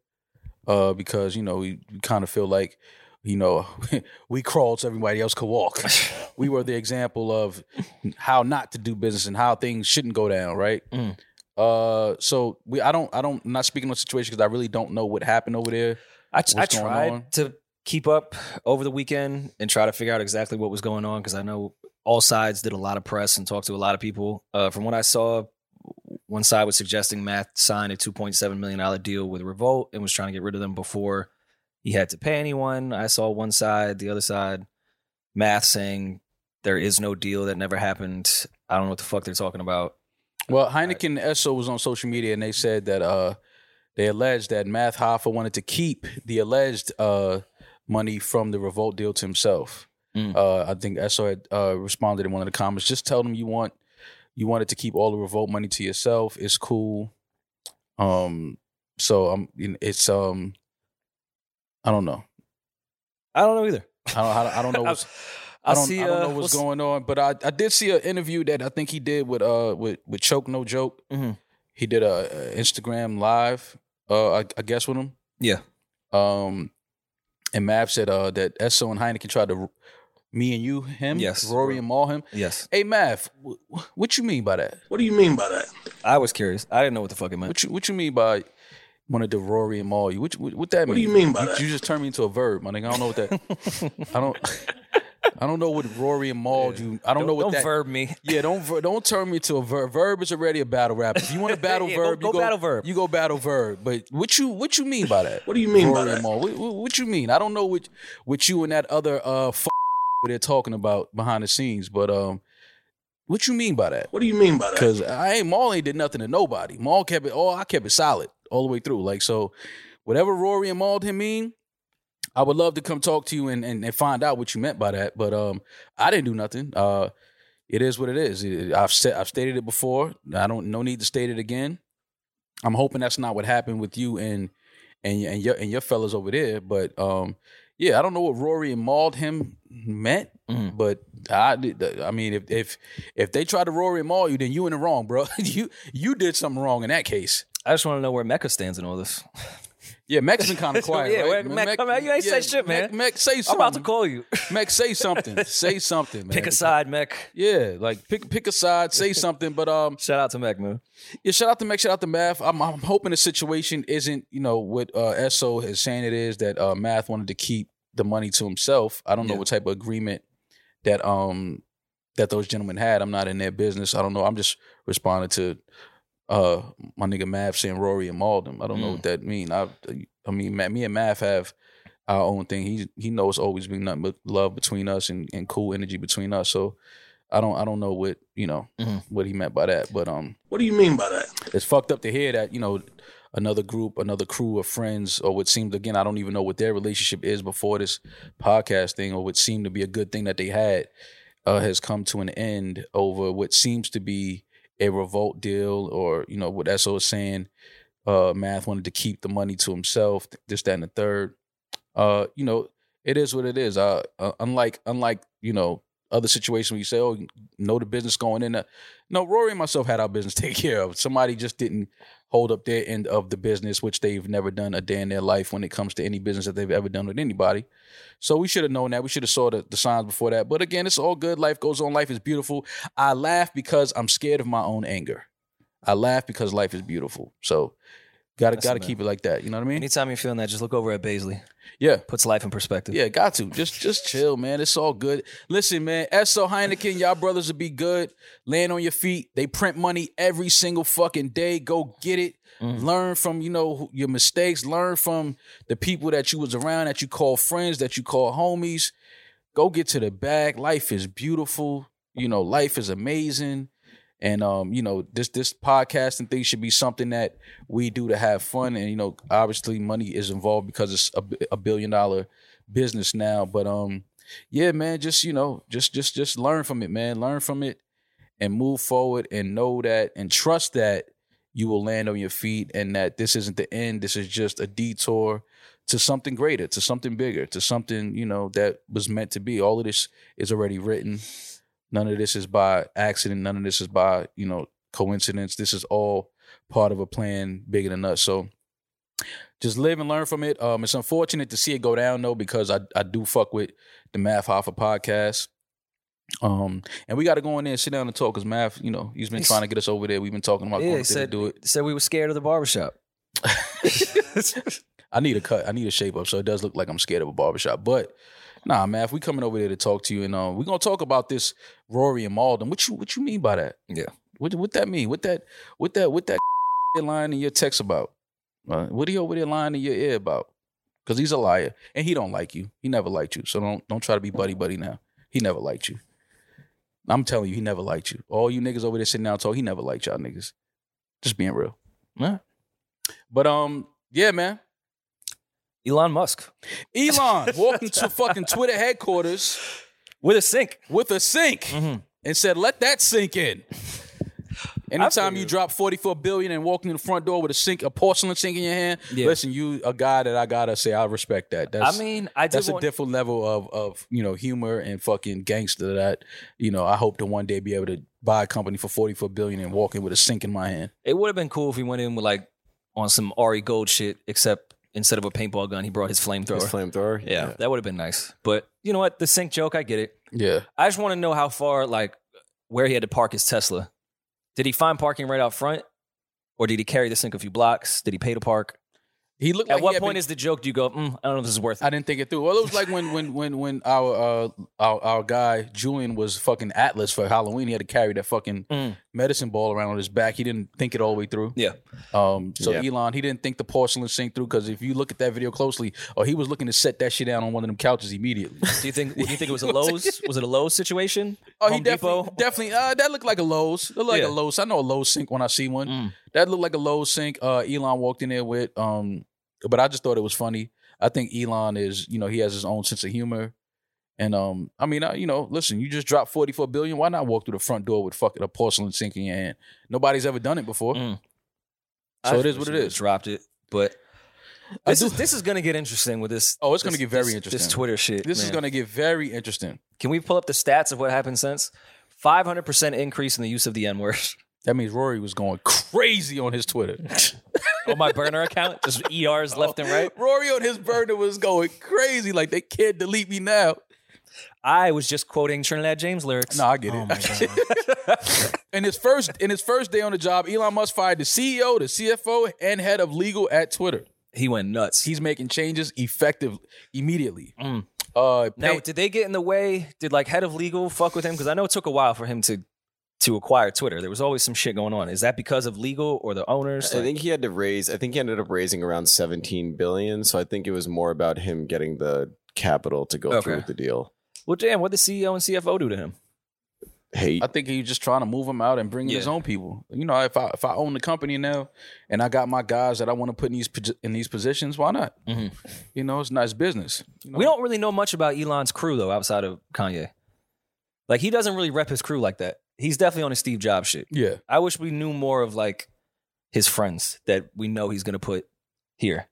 uh, because you know we kind of feel like you know we crawled so everybody else could walk. we were the example of how not to do business and how things shouldn't go down, right?
Mm.
Uh, so we I don't I don't I'm not speaking on the situation because I really don't know what happened over there.
I, t- I
what's going on?
tried to keep up over the weekend and try to figure out exactly what was going on because I know all sides did a lot of press and talked to a lot of people. Uh, from what I saw, one side was suggesting Math signed a $2.7 million deal with Revolt and was trying to get rid of them before he had to pay anyone. I saw one side, the other side, Math saying there is no deal that never happened. I don't know what the fuck they're talking about.
Well, Heineken and Esso was on social media and they said that uh, they alleged that Math Hoffa wanted to keep the alleged uh, money from the revolt deal to himself.
Mm.
Uh, I think SO had uh, responded in one of the comments. Just tell them you want you wanted to keep all the revolt money to yourself. It's cool. Um, so I'm. It's um. I don't know.
I don't know either.
I don't. I don't, I don't know. What's, I
I'll
don't,
see,
I don't
uh,
know what's
we'll s-
going on, but I, I did see an interview that I think he did with uh with with Choke No Joke.
Mhm.
He did a, a Instagram live, uh, I, I guess with him.
Yeah.
Um, and Mav said uh that Esso and Heineken tried to r- me and you him
Yes.
Rory and Maul him.
Yes,
Hey Mav, wh- wh- what you mean by that?
What do you mean by that?
I was curious. I didn't know what the fuck it meant.
What you what you mean by wanted to Rory and Maul you? What you- what, what that
What do
mean?
you mean by
you,
that?
you just turned me into a verb, my nigga. I don't know what that. I don't. I don't know what Rory and Maul
Yeah.
you. I don't, know what
don't
that.
verb me.
Yeah, don't ver- don't turn me to a verb. Verb is already a battle rap. If you want to battle
Yeah, go-
verb,
go
you go
battle verb.
You go battle verb. But what you what you mean by that?
What do you mean by
Rory
that?
Maul? What, what, what you mean? I don't know what what you and that other uh f- they're talking about behind the scenes, but um, what you mean by that?
What do you mean by that?
Because I ain't Maul ain't did nothing to nobody. Maul kept it all. I kept it solid all the way through. Like so, whatever Rory and Maul him mean, I would love to come talk to you and, and and find out what you meant by that. But um, I didn't do nothing. Uh, it is what it is. It- I've said I've stated it before. I don't no need to state it again. I'm hoping that's not what happened with you and and and your and your fellas over there. But um, yeah, I don't know what Rory and Maul him meant.
Mhm.
But I, did- I mean, if if if they try to Rory and Maul you, then you in the wrong, bro. you you did something wrong in that case.
I just want to know where Mecca stands in all this.
Yeah, Mec's been kind of quiet.
Yeah,
right?
where- Mec, come out. You ain't say shit,
Mec-
man.
Mec, say
I'm
something.
about to call you.
Mec, say something. say something, man.
Pick a side, Mech.
Yeah, like pick pick a side, say something. But um,
Shout out to Mech, man.
yeah, shout out to Mac, shout out to Math. I'm, I'm hoping the situation isn't, you know, what uh, Esso is saying it is that uh, Math wanted to keep the money to himself. I don't know
Yeah.
what type of agreement that um that those gentlemen had. I'm not in their business. I don't know. I'm just responding to uh my nigga Mav saying Rory and Malden. I don't know
Mm.
what that mean. I I mean, Ma- me and Math have our own thing. He he knows always been nothing but love between us and, and cool energy between us. So I don't I don't know what you know
Mhm.
what he meant by that, but um
What do you mean by that?
it's fucked up to hear that you know another group another crew of friends or what seemed again i don't even know what their relationship is before this podcast thing or what seemed to be a good thing that they had uh, has come to an end over what seems to be a revolt deal or you know what so is saying uh math wanted to keep the money to himself this that and the third uh you know it is what it is uh, uh unlike unlike you know other situations where you say oh know the business going in uh, no, Rory and myself had our business taken care of. Somebody just didn't hold up their end of the business, which they've never done a day in their life when it comes to any business that they've ever done with anybody. So we should have known that. We should have saw the, the signs before that. But again, it's all good. Life goes on. Life is beautiful. I laugh because I'm scared of my own anger. I laugh because life is beautiful. So gotta
That's
gotta
amazing.
keep it like that. You know what I mean?
Anytime you're feeling that, just look over at Baisley.
yeah.
Puts life in perspective.
Yeah, got to. Just just chill, man. It's all good. Listen, man, Esso Heineken, y'all brothers will be good. Land on your feet. They print money every single fucking day. Go get it.
Mm.
Learn from, you know, who- your mistakes. Learn from the people that you was around, that you call friends, that you call homies. Go get to the bag. Life is beautiful. You know, life is amazing. And um, you know, this this podcast and thing should be something that we do to have fun. And you know, obviously money is involved because it's a, bi- a billion dollar business now. But um, yeah, man, just you know, just just just learn from it, man. Learn from it and move forward and know that and trust that you will land on your feet and that this isn't the end. This is just a detour to something greater, to something bigger, to something, you know, that was meant to be. All of this is already written. None of this is by accident. None of this is by, you know, coincidence. This is all part of a plan bigger than us. So just live and learn from it. Um, it's unfortunate to see it go down though, because I, I do fuck with the Math Hoffa podcast. Um, and we got to go in there and sit down and talk because Math, you know, he's been
He's-
trying to get us over there. We've been talking about
Yeah,
going
he
to
said-
do it.
Said we were scared of the barbershop.
I need a cut. I need a shape up. So it does look like I'm scared of a barbershop. But nah, man, if we coming over there to talk to you and um, we're gonna talk about this Rory and Malden. What you what you mean by that?
Yeah.
What what that mean? What that what that what that line in your text about? Uh, what he over there lying in your ear about? Because he's a liar and he don't like you. He never liked you. So don't don't try to be buddy buddy now. He never liked you. I'm telling you, he never liked you. All you niggas over there sitting down talking, he never liked y'all niggas. Just being real.
All right.
But um, yeah, man.
Elon Musk.
Elon walked into fucking Twitter headquarters
with a sink,
with a sink,
Mm-hmm.
and said, "Let that sink in." Anytime you drop forty-four billion and walk in the front door with a sink, a porcelain sink in your hand,
Yeah.
listen, you a guy that I gotta say I respect that. That's,
I mean, I did
that's
want-
a different level of of you know humor and fucking gangster that you know I hope to one day be able to buy a company for forty-four billion and walk in with a sink in my hand.
It would have been cool if he went in with like on some Ari Gold shit, except instead of a paintball gun, he brought his flamethrower.
His flamethrower.
yeah, that would have been nice. But you know what? The sink joke, I get it.
Yeah.
I just want to know how far, like, where he had to park his Tesla. Did he find parking right out front, or did he carry the sink a few blocks? Did he pay to park?
He looked.
At
like he
what
had
point
been-
is the joke? Do you go? Mm, I don't know if this is worth. it.
I didn't think it through. Well, it was like when when when when our uh our, our guy Julian was fucking Atlas for Halloween. He had to carry that fucking
Mm.
medicine ball around on his back. He didn't think it all the way through.
Yeah.
Um. So
Yeah.
Elon, he didn't think the porcelain sink through because if you look at that video closely, or he was looking to set that shit down on one of them couches immediately.
Do you think? Do you think it was a Lowe's? was it a Lowe's situation?
Oh, he
Home
definitely
Depot?
definitely uh, that looked like a Lowe's. Looked like
Yeah.
a Lowe's. I know a Lowe's sink when I see one.
Mm.
That looked like a Lowe's sink. Uh, Elon walked in there with. Um, but I just thought it was funny. I think Elon is, you know, he has his own sense of humor, and um, I mean, I, you know, listen, you just dropped forty four billion. Why not walk through the front door with fucking a porcelain sink in your hand? Nobody's ever done it before.
Mm.
So
I
it is what
wish
it
he would've
is.
Dropped it, but
I
this
do-
is this is gonna get interesting with this.
Oh, it's gonna
this-
get very
this- This
interesting.
Twitter shit.
This is
man.
gonna get very interesting.
Can we pull up the stats of what happened since? Five hundred percent increase in the use of the N word
That means Rory was going crazy on his Twitter.
on my burner account. Just ERs left
Oh.
and right.
Rory on his burner was going crazy. Like they can't delete me now.
I was just quoting Trinidad James lyrics.
No, I get
Oh
it.
my god.
In his first in his first day on the job, Elon Musk fired the CEO, the CFO, and head of legal at Twitter.
He went nuts.
He's making changes effective immediately.
Mm.
Uh,
now,
pay-
did they get in the way? Did like head of legal fuck with him? Because I know it took a while for him to to acquire Twitter. There was always some shit going on. Is that because of legal or the owners?
I
Like-
think he had to raise. I think he ended up raising around 17 billion. So I think it was more about him getting the capital to go
Okay.
through with the deal.
well, damn, what did the CEO and CFO do to him?
Hate.
I think he's just trying to move him out and bring in his
Yeah.
own people. You know, if I if I own the company now and I got my guys that I want to put in these posi- in these positions, why not?
Mhm.
You know, it's nice business. You know?
We don't really know much about Elon's crew though, outside of Kanye. Like he doesn't really rep his crew like that. He's definitely on his Steve Jobs shit.
Yeah,
I wish we knew more of like his friends that we know he's gonna put here.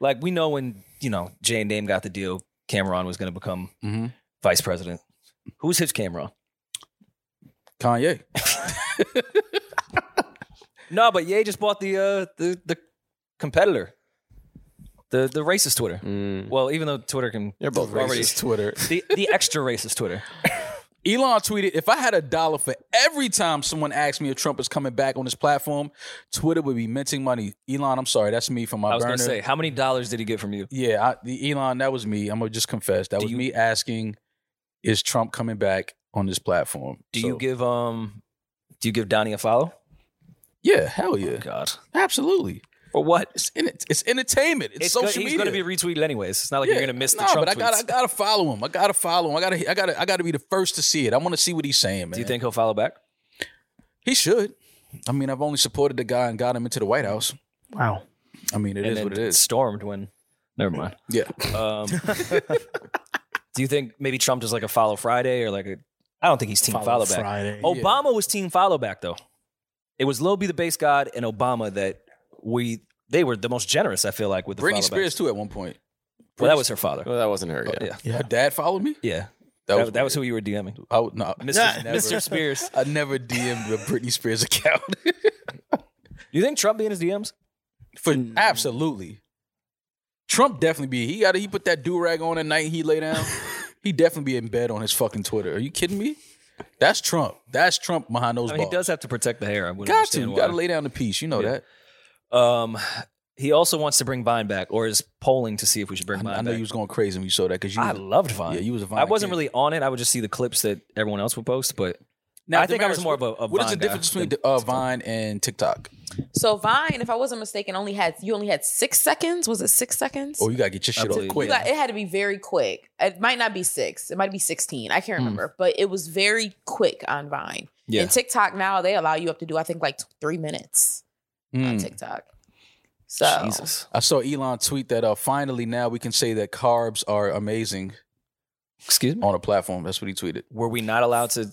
Like we know when you know Jay and Dame got the deal, Cameron was gonna become
Mhm.
vice president. Who's his Cameron?
Kanye.
No, but Ye just bought the uh the the competitor, the the racist Twitter.
Mm.
Well, even though Twitter can
They're both
already-
racist. Twitter.
the the extra racist Twitter.
Elon tweeted, if I had a dollar for every time someone asked me if Trump is coming back on his platform, Twitter would be minting money. Elon, I'm sorry, that's me from my
I was
burner.
gonna say, how many dollars did he get from you?
yeah, I, the Elon, that was me. I'm gonna just confess. That
Do
was
you-
me asking, is Trump coming back on this platform?
Do
So-
you give um do you give Donnie a follow?
Yeah, hell yeah.
Oh, God.
Absolutely.
For what?
It's in it, it's entertainment. It's,
It's go-
social
He's
media.
gonna be retweeted anyways. It's not like
Yeah.
you're gonna miss the
Nah,
Trump
but I gotta I
tweets.
gotta follow him. I gotta follow him. I gotta I gotta I gotta be the first to see it. I wanna see what he's saying, man.
Do you think he'll follow back?
he should? I mean, I've only supported the guy and got him into the White House.
Wow.
I mean, it is
and then
what it is.
Stormed when. Never mind.
Yeah.
Um, do you think maybe Trump is like a follow Friday or like a? I don't think he's team follow, back.
Friday.
Oh,
Obama was team follow back though. It was Lil B the base god and Obama that we they were the most generous. I feel like with the
Britney
follow
Spears
backs.
too at one point.
Well, that was her father.
Well, that wasn't her. Yeah.
yeah,
yeah.
Her dad followed me.
yeah.
That
That,
was
that was who
weird.
you were DMing.
I would no,
Mr.
never-
Mr. Spears.
I never DM'd a Britney Spears account.
Do you think Trump be in his DMs?
For
Mm.
absolutely, Trump definitely be. He got to he put that do rag on at night. He lay down. he definitely be in bed on his fucking Twitter. Are you kidding me? That's Trump. That's Trump behind those
I mean, he
balls.
does have to protect the hair. I wouldn't
got to.
understand
You got to
why.
lay down the piece. You know
Yeah.
that.
Um, he also wants to bring Vine back, or is polling to see if we should bring
I,
Vine
I know
back.
you was going crazy when you saw that because you.
I
was-
loved Vine.
Yeah, you was a Vine
I wasn't
kid.
really on it. I would just see the clips that everyone else would post, but
Now,
I think I was
Damaris,
more of a- a
what is the
Vine guy
difference between
than
uh,
TikTok.
Vine and TikTok?
So Vine, if I wasn't mistaken, only had you only had six seconds. Was it six seconds?
Oh, you gotta get your
I
shit
believe
off
you.
quick.
You got- it had to be very quick. It might not be six. It might be sixteen. I
Hmm.
can't remember, but it was very quick on Vine.
Yeah.
And TikTok now they allow you up to do I think like t- three minutes on
Mm.
TikTok.
uh,
So
I saw Elon tweet that uh, finally now we can say that carbs are amazing.
Excuse me?
On a platform. That's what he tweeted.
Were we not allowed to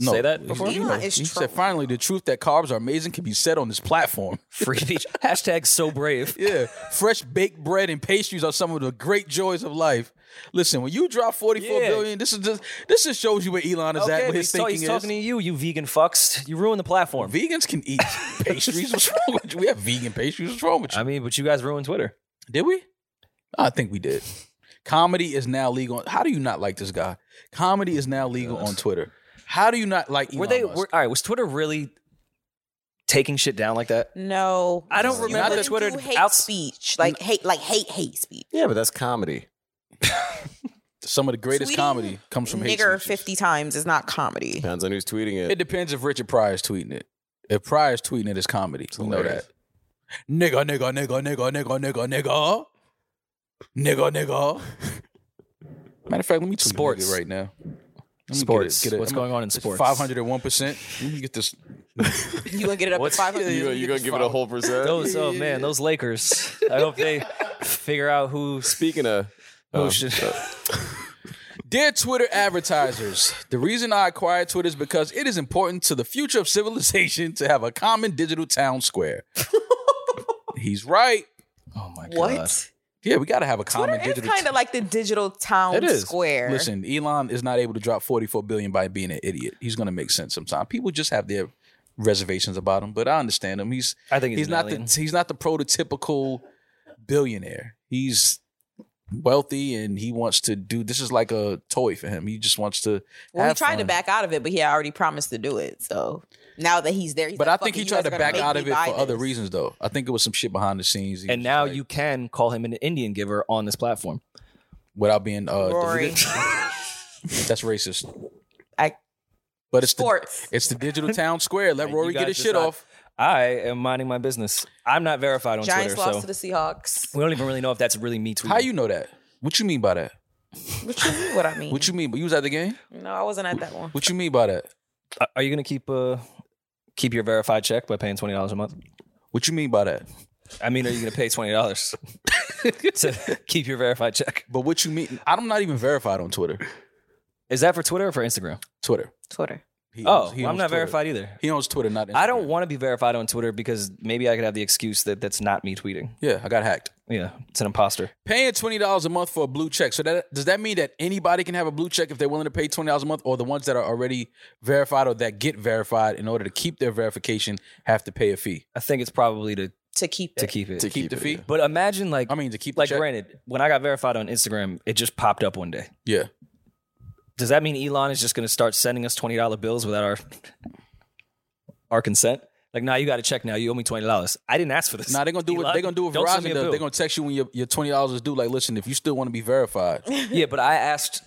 say that before?
He,
Elon is
he said finally the truth that carbs are amazing can be said on this platform.
Free speech. Hashtag so brave.
Yeah. Fresh baked bread and pastries are some of the great joys of life. Listen, when you drop forty four
Yeah.
billion, this is just this just shows you where Elon is
Okay,
at,
but
what his
he's, ta-
thinking
he's
is.
talking to you, you vegan fucks. You ruined the platform.
Vegans can eat pastries. What's wrong with you? We have vegan pastries. What's wrong with you?
I mean, but you guys ruined Twitter.
Did we? I think we did. Comedy is now legal. How do you not like this guy? Comedy is now legal on Twitter. How do you not like Elon
were they?
Musk?
Were, all right. Was Twitter really taking shit down like that?
No,
I don't
You
remember
couldn't
Twitter
do hate
out-
speech, like hate, like hate, hate speech.
Yeah, but that's comedy.
Some of the greatest
Tweeting
comedy comes from hate.
Nigger fifty times is not comedy.
Depends on who's tweeting
It
it.
depends if Richard Pryor is tweeting it. If Pryor is tweeting it, it's comedy. We know that. Nigga, nigga, nigga, nigga, nigga, nigga, nigga. Nigga, nigga. Matter of fact, let me tweet
Sports.
sports right now. Let me
Sports. What's going on in sports?
Five hundred and one percent. Let me get this.
You gonna get it up to five hundred?
You, you gonna give it a whole percent?
Those, oh man, those Lakers. I hope they figure out who.
Speaking of,
who
Oh,
should,
Dear Twitter advertisers, the reason I acquired Twitter is because it is important to the future of civilization to have a common digital town square. He's right.
oh my god.
What?
Yeah, we got to have a common
Twitter is
digital.
kind of like the digital town
It is.
square.
Listen, Elon is not able to drop 44 billion by being an idiot. He's going to make sense sometime. People just have their reservations about him, but I understand him. He's
I think he's,
he's not the he's not the prototypical billionaire. He's wealthy and he wants to do this is like a toy for him. He just wants to
well, he
have
tried to
fun.
back out of it, but he had already promised to do it. So now that he's there, he's
But I
like,
think
"Fuck it,
he
you
tried
guys
to
are gonna
back
make
out
me
of it
buy
for other
this.
reasons though. I think it was some shit behind the scenes. He
and
was
now
like-
you can call him an Indian giver on this platform.
without being uh
Rory.
deleted. that's racist.
I-
but it's the,
Sports.
it's the digital town square. Let
And you
Rory
guys
get his shit
decide-
off.
I am minding my business. I'm not verified on
Giants
Twitter,
lost
so
to the Seahawks.
we don't even really know if that's really me tweeting.
How you know that? What you mean by that?
What you mean? What I mean?
What you mean? But you was at the game.
No, I wasn't at that one.
What you mean by that?
Are- are you gonna keep uh keep your verified check by paying twenty dollars a month?
What you mean by that?
I mean, are you gonna pay twenty dollars to keep your verified check?
But what you mean? I'm not even verified on Twitter.
Is that for Twitter or for Instagram?
Twitter.
Twitter.
He
oh,
owns- he
I'm
owns
not
Twitter.
verified either.
He owns Twitter, not. Instagram.
I don't want to be verified on Twitter because maybe I could have the excuse that that's not me tweeting.
Yeah, I got hacked.
Yeah, it's an imposter.
Paying twenty dollars a month for a blue check. So that does that mean that anybody can have a blue check if they're willing to pay twenty dollars a month, or the ones that are already verified or that get verified in order to keep their verification have to pay a fee
I think it's probably to
To keep
to
it.
keep it.
to keep, the fee?
But imagine like
I mean, to keep the
like
check?
granted, when I got verified on Instagram, it just popped up one day.
Yeah,
Does that mean Elon is just going to start sending us twenty dollar bills without our our consent? Like, now nah, you got to check now. You owe me twenty dollars. I didn't ask for this.
Now they're gonna do
Elon,
what they're gonna do what
don't send
Verizon
me a
does.
bill.
They're gonna text you when your, your twenty dollars is due. Like, listen, if you still want to be verified,
yeah, but I asked,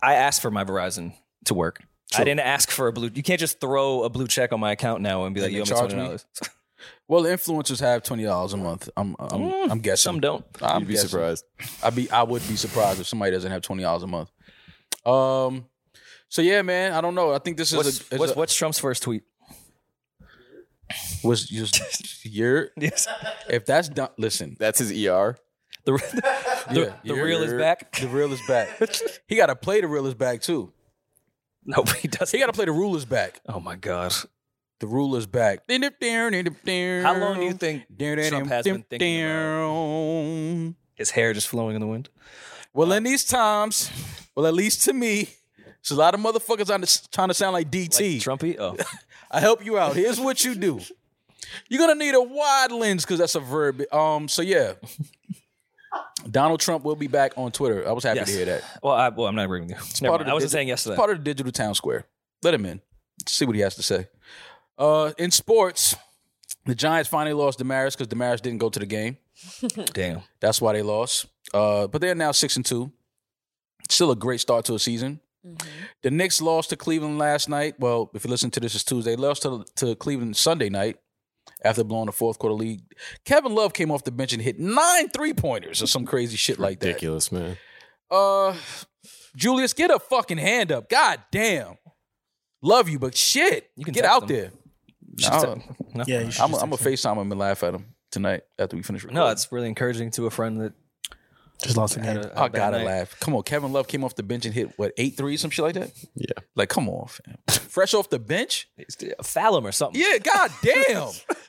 I asked for my Verizon to work. I didn't ask for a blue. You can't just throw a blue check on my account now and be like,
And
"You owe me
they charge
twenty
me?
dollars."
well, influencers have twenty dollars a month. I'm I'm,
Mm,
I'm guessing.
Some don't.
I'm
You'd be
guessing.
surprised.
I'd be I would be surprised if somebody doesn't have twenty dollars a month. Um. So yeah, man. I don't know. I think this is
What's,
a, is
what's,
a-
what's Trump's first tweet?
was just your
Yes,
if that's done. Listen,
That's his ER.
the the,
yeah,
the
your-
reel is back.
The real is back. he got to play the real is back too.
No, he doesn't.
He got to play the ruler's back.
Oh my god!
The ruler's back. How
How long do you think Trump has been thinking about his hair just flowing in the wind?
Well, in these times, well, at least to me, there's a lot of motherfuckers on this, trying to sound like
Like
DT.
Trumpy. Oh,
I help you out. Here's what you do. You're gonna need a wide lens because that's a verb. Um, so yeah, Donald Trump will be back on Twitter. I was happy
Yes.
to hear that.
well, I, well, I'm not agreeing with you. Never
part of
mind.
the
I wasn't
digi-
saying yes to that.
Part of the digital town square. Let him in. See what he has to say. Uh, in sports, the Giants finally lost Damaris because Damaris didn't go to the game.
Damn.
That's why they lost. Uh, but they're now six and two. Still a great start to a season. The Knicks lost to Cleveland last night. Well, if you listen to this, it's Tuesday. They Lost to, to Cleveland Sunday night after blowing a fourth quarter lead. Kevin Love came off the bench and hit nine three pointers or some crazy shit like that.
Ridiculous, man.
Uh, Julius, get a fucking hand up. God damn. Love you, but shit.
You can
get
text
out
him.
there.
Should've
Nah,
said- no.
Yeah, you should
I'm
just
going to
text him.
FaceTime him and laugh at him. tonight after we finish recording.
No, it's really encouraging to a friend that uh,
just lost a
game.
I gotta laugh. Come on, Kevin Love came off the bench and hit what eight threes, some shit like that.
Yeah,
like come on, fam. fresh off the bench,
Fallum uh, or something.
Yeah, god damn.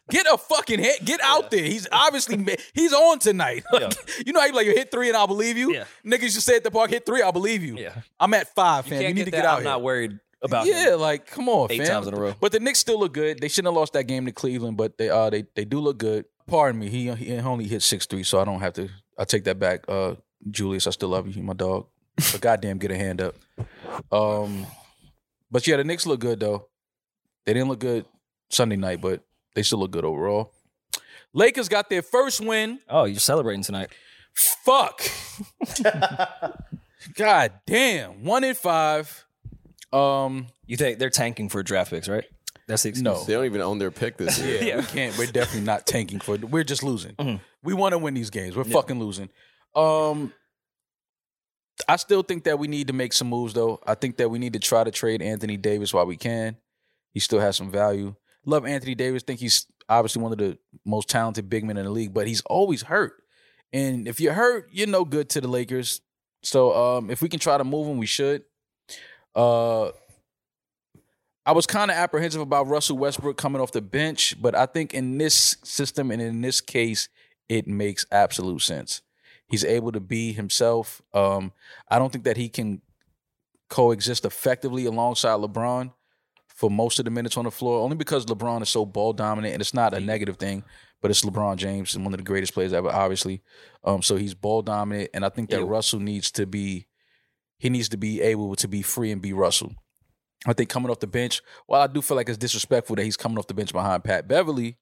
get a fucking hit. Get out there. He's obviously ma- he's on tonight. Like, You know how you like you hit three and I'll believe you. Niggas just said at the park hit three, I'll believe you.
Yeah.
I'm at five, fam. You,
can't
need
get
to
that,
get out
I'm
here.
not worried about
yeah,
him.
like come on,
Eight
fam.
times in a row.
But the Knicks still look good. They shouldn't have lost that game to Cleveland, but they uh they they do look good. Pardon me, he he only hit six three, so I don't have to. I take that back. Uh, Julius, I still love you, you my dog. But goddamn, get a hand up. Um, but yeah, the Knicks look good though. They didn't look good Sunday night, but they still look good overall. Lakers got their first win.
Oh, you're celebrating tonight.
Fuck. God damn. One in five. Um,
you think they're tanking for draft picks, right? That's the excuse.
No.
They don't even own their pick this year.
Yeah, we can't. We're definitely not tanking for. We're just losing. We want to win these games. We're fucking losing. Um, I still think that we need to make some moves, though. I think that we need to try to trade Anthony Davis while we can. He still has some value. Love Anthony Davis. Think he's obviously one of the most talented big men in the league, but he's always hurt. And if you're hurt, you're no good to the Lakers. So um, if we can try to move him, we should. Uh, I was kind of apprehensive about Russell Westbrook coming off the bench, but I think in this system and in this case, it makes absolute sense. He's able to be himself. Um, I don't think that he can coexist effectively alongside LeBron for most of the minutes on the floor, only because LeBron is so ball dominant, and it's not a negative thing, but it's LeBron James and one of the greatest players ever, obviously. Um, so he's ball dominant, and I think that
Yeah.
Russell needs to be he needs to be able to be free and be Russell. I think coming off the bench, while I do feel like it's disrespectful that he's coming off the bench behind Pat Beverly,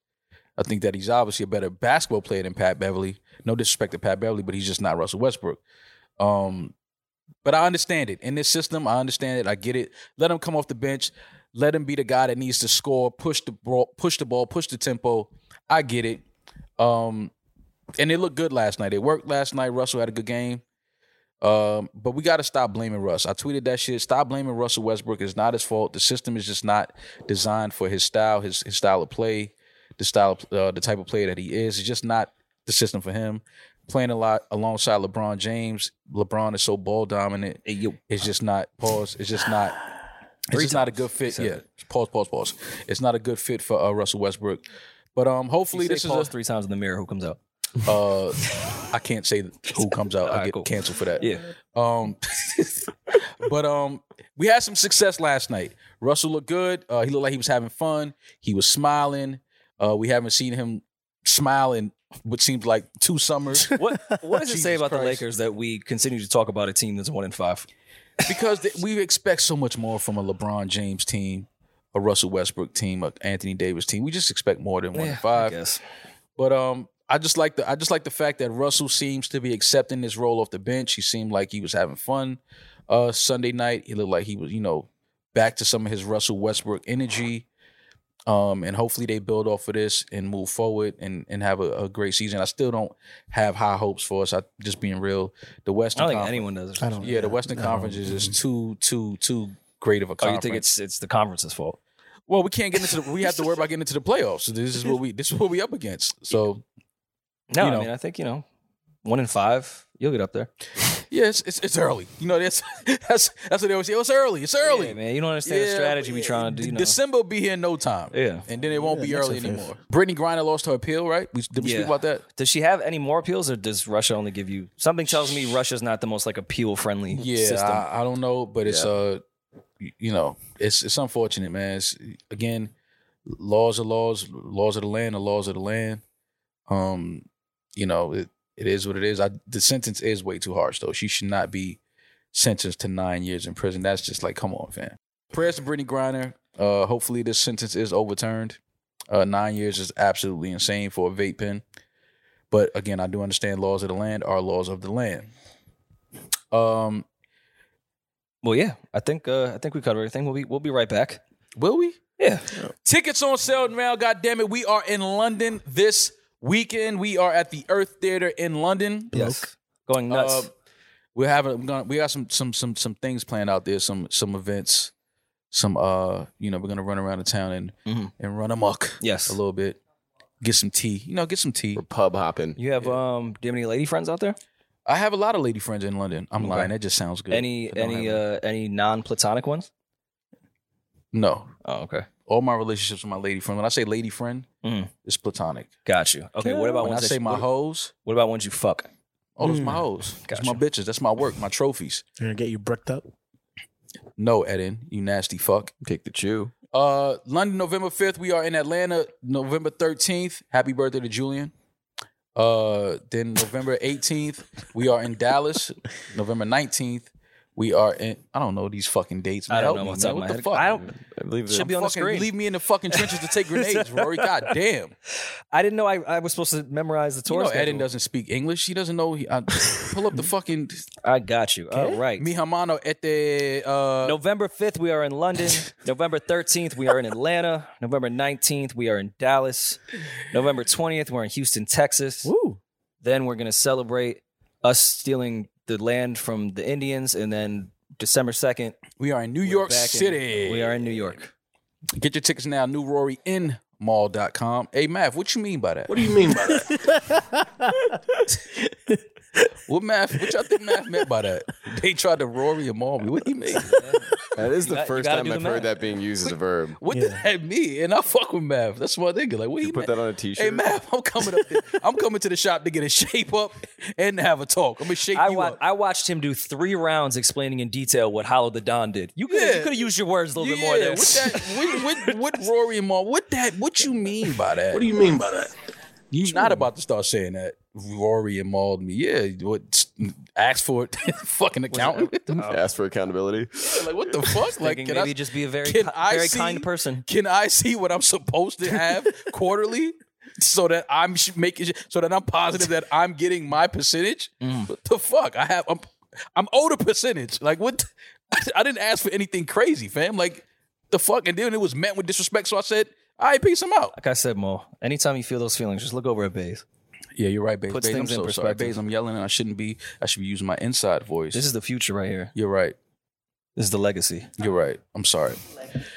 I think that he's obviously a better basketball player than Pat Beverly. No disrespect to Pat Beverly, but he's just not Russell Westbrook. Um, but I understand it. In this system, I understand it. I get it. Let him come off the bench. Let him be the guy that needs to score, push the ball, push the ball, push the tempo. I get it. Um, and it looked good last night. It worked last night. Russell had a good game. Um, but we got to stop blaming Russ. I tweeted that shit. Stop blaming Russell Westbrook. It's not his fault. The system is just not designed for his style, his his style of play, the style, of, uh, the type of player that he is. It's just not the system for him. Playing a lot alongside LeBron James. LeBron is so ball dominant. It's just not pause. It's just not. It's just not a good fit. Yeah. Pause. Pause. Pause. It's not a good fit for uh, Russell Westbrook. But um, hopefully
You say
this is a,
pause three times in the mirror. Who comes out?
uh, I can't say who comes out. I get canceled for that. Yeah. Um, but um, we had some success last night. Russell looked good. Uh, he looked like he was having fun. He was smiling. Uh, we haven't seen him smile in what seems like two summers.
What What does it say
Jesus
about the
Christ.
Lakers that we continue to talk about a team that's one in five?
because th- we expect so much more from a LeBron James team, a Russell Westbrook team, a Anthony Davis team. We just expect more than one
Yeah,
and
I
five. But um, I just like the I just like the fact that Russell seems to be accepting his role off the bench. He seemed like he was having fun uh, Sunday night. He looked like he was, you know, back to some of his Russell Westbrook energy. Um, and hopefully they build off of this and move forward and, and have a, a great season. I still don't have high hopes for us. I just being real, the Western.
think
Conference-
anyone does.
I don't-
Yeah, the Western
I don't-
Conference is just too too too great of a
Oh, you
conference.
think it's it's the conference's fault?
well, we can't get into the. We have to worry about getting into the playoffs. So This is what we this is what we up against. So
No,
You know.
I mean I think you know one in five. You'll get up there.
yeah, it's it's, it's early. You know that's that's that's what they always say. Oh, it's early. It's early.
Yeah, man, you don't understand the
Yeah,
strategy we trying to do. You know.
December will be here in no time.
Yeah.
and then it won't
Yeah,
be
next
early
to fifth.
anymore. Brittany Griner lost her appeal, right? We, did we
Yeah.
speak about that?
Does she have any more appeals, or does Russia only give you something? Tells me Russia's not the most like appeal friendly
Yeah,
system.
I, I don't know, but it's
Yeah.
uh, y- you know, it's it's unfortunate, man. It's, again, laws are laws, laws of the land are laws of the land. Um, you know, it, it is what it is. I the sentence is way too harsh though. She should not be sentenced to nine years in prison. That's just like, come on, fam. Prayers to Brittany Griner. Uh, hopefully this sentence is overturned. Uh, nine years is absolutely insane for a vape pen. But again, I do understand laws of the land are laws of the land. Um,
well, yeah, I think uh, I think we covered everything. We'll be we'll be right back.
Will we?
Yeah.
Tickets on sale now. God damn it. We are in London this weekend. We are at the Earth Theater in London.
Yes. Going nuts.
Uh, we have a, gonna, we got some some some some things planned out there. Some some events. Some uh, you know, we're gonna run around the town and and run amok.
Mm-hmm. Yes.
a little bit. get some tea. You know, get some tea.
pub hopping.
You have um, do you have any lady friends out there?
I have a lot of lady friends in London. I'm
Okay.
lying. That just sounds good.
Any
I don't
any
have
uh any non-platonic ones?
No.
Oh, okay.
All my relationships with my lady friend. When I say lady friend,
Mm.
it's platonic.
Got you. Okay. What about
when I
ones that
say
you-
my
what-
hoes?
What about ones you fuck?
Oh, those my hoes. That's my bitches. That's my work. My trophies.
They're gonna get you bricked up.
No, Eden, you nasty fuck.
Take the chew.
Uh, London, November fifth. We are in Atlanta, November thirteenth. Happy birthday to Julian. Uh, then November eighteenth, we are in Dallas. November nineteenth, we are in. I don't know these fucking dates. Man.
I
Help
don't know
me,
what's
man.
up
What
my
the
head.
fuck?
I don't.
I believe
Should be on the
Fucking
screen.
Leave me in the fucking trenches to take grenades, Rory. God damn.
I didn't know I, I was supposed to memorize the
You
tour.
know, Eden
schedule.
doesn't speak English. He doesn't know. He, I, pull up the fucking
I got you. All right.
mi hermano at the uh,
November 5th, we are in London. November 13th, we are in Atlanta. November 19th, we are in Dallas. November 20th, we're in Houston, Texas.
Woo.
Then we're going to celebrate us stealing the land from the Indians. And then December 2nd,
We are in New
we're
York
back in-
City.
we are in New York.
Get your tickets now, newroryinmall.com. Hey, Math, what you mean by that?
What do you mean by that?
What math? What y'all think math meant by that? They tried to Rory and Maul me. What do you mean?
That is
You
the
got- you
first
gotta
time
do the
I've heard
math.
that being used as a verb.
What did that mean? And I fuck with math. That's my nigga. Like, what
You
he
put
meant?
that on a t-shirt.
Hey, math, I'm coming up. There. I'm coming to the shop to get a shape up and have a talk. I'm gonna shake
I,
you
wa-
up.
I watched him do three rounds explaining in detail what Hollow the Don did. You could
Yeah.
have used your words a little bit more
yeah,
there.
what that? What, what, what Rory and Maul? What that? What you mean by that?
What do you mean by that?
You're not about to start saying that Rory and Maul to me. Yeah, what? Ask for it, fucking accountant.
Ask for accountability.
like what the fuck? Like,
uh, Thinking
can
maybe
I
just be a very,
can
ki-
I
very
see-
kind person.
can I see what I'm supposed to have quarterly so that I'm sh- making sh- so that I'm positive that I'm getting my percentage?
Mm.
What the fuck? I have I'm I'm owed a percentage. Like what? I didn't ask for anything crazy, fam. Like the fuck, and then it was met with disrespect. So I said, "All right, peace him out."
Like I said, Mo, anytime you feel those feelings, just look over at Baze.
Yeah, you're right, Baze.
Puts
Baze, I'm
things in
so sorry,
perspective.
Baze. I'm yelling, and I shouldn't be. I should be using my inside voice.
This is the future right here.
you're right.
This is the legacy.
You're right. I'm sorry.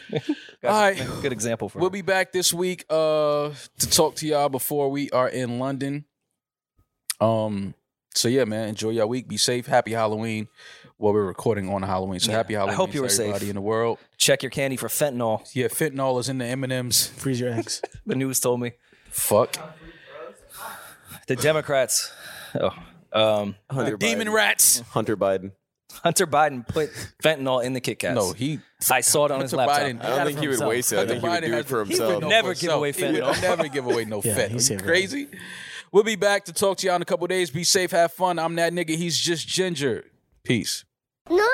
Guys,
All right.
make a Good example for
We'll be back this week uh to talk to y'all before we are in London. Um so yeah, man, enjoy your week. Be safe. Happy Halloween. Well, we're recording on Halloween, so
Yeah,
happy
I
Halloween
hope you
to
were safe.
everybody in the world.
Check your candy for fentanyl.
Yeah, fentanyl is in the M&Ms.
Freeze your eggs.
The news told me
Fuck.
the Democrats. Oh, um,
Hunter
Demon
Biden.
rats.
Hunter Biden.
Hunter Biden put fentanyl in the Kit Kats.
No, he
I saw it on his
Hunter
laptop.
Biden.
I don't
got it
think
for
he would
himself.
waste it. I think he would do it for himself.
Never give away
fentanyl. He would
fentanyl.
never give away no
Yeah, he
fentanyl. You
said, right.
crazy? We'll be back to talk to y'all in a couple days. Be safe, have fun. I'm that nigga. He's just ginger. Peace.
No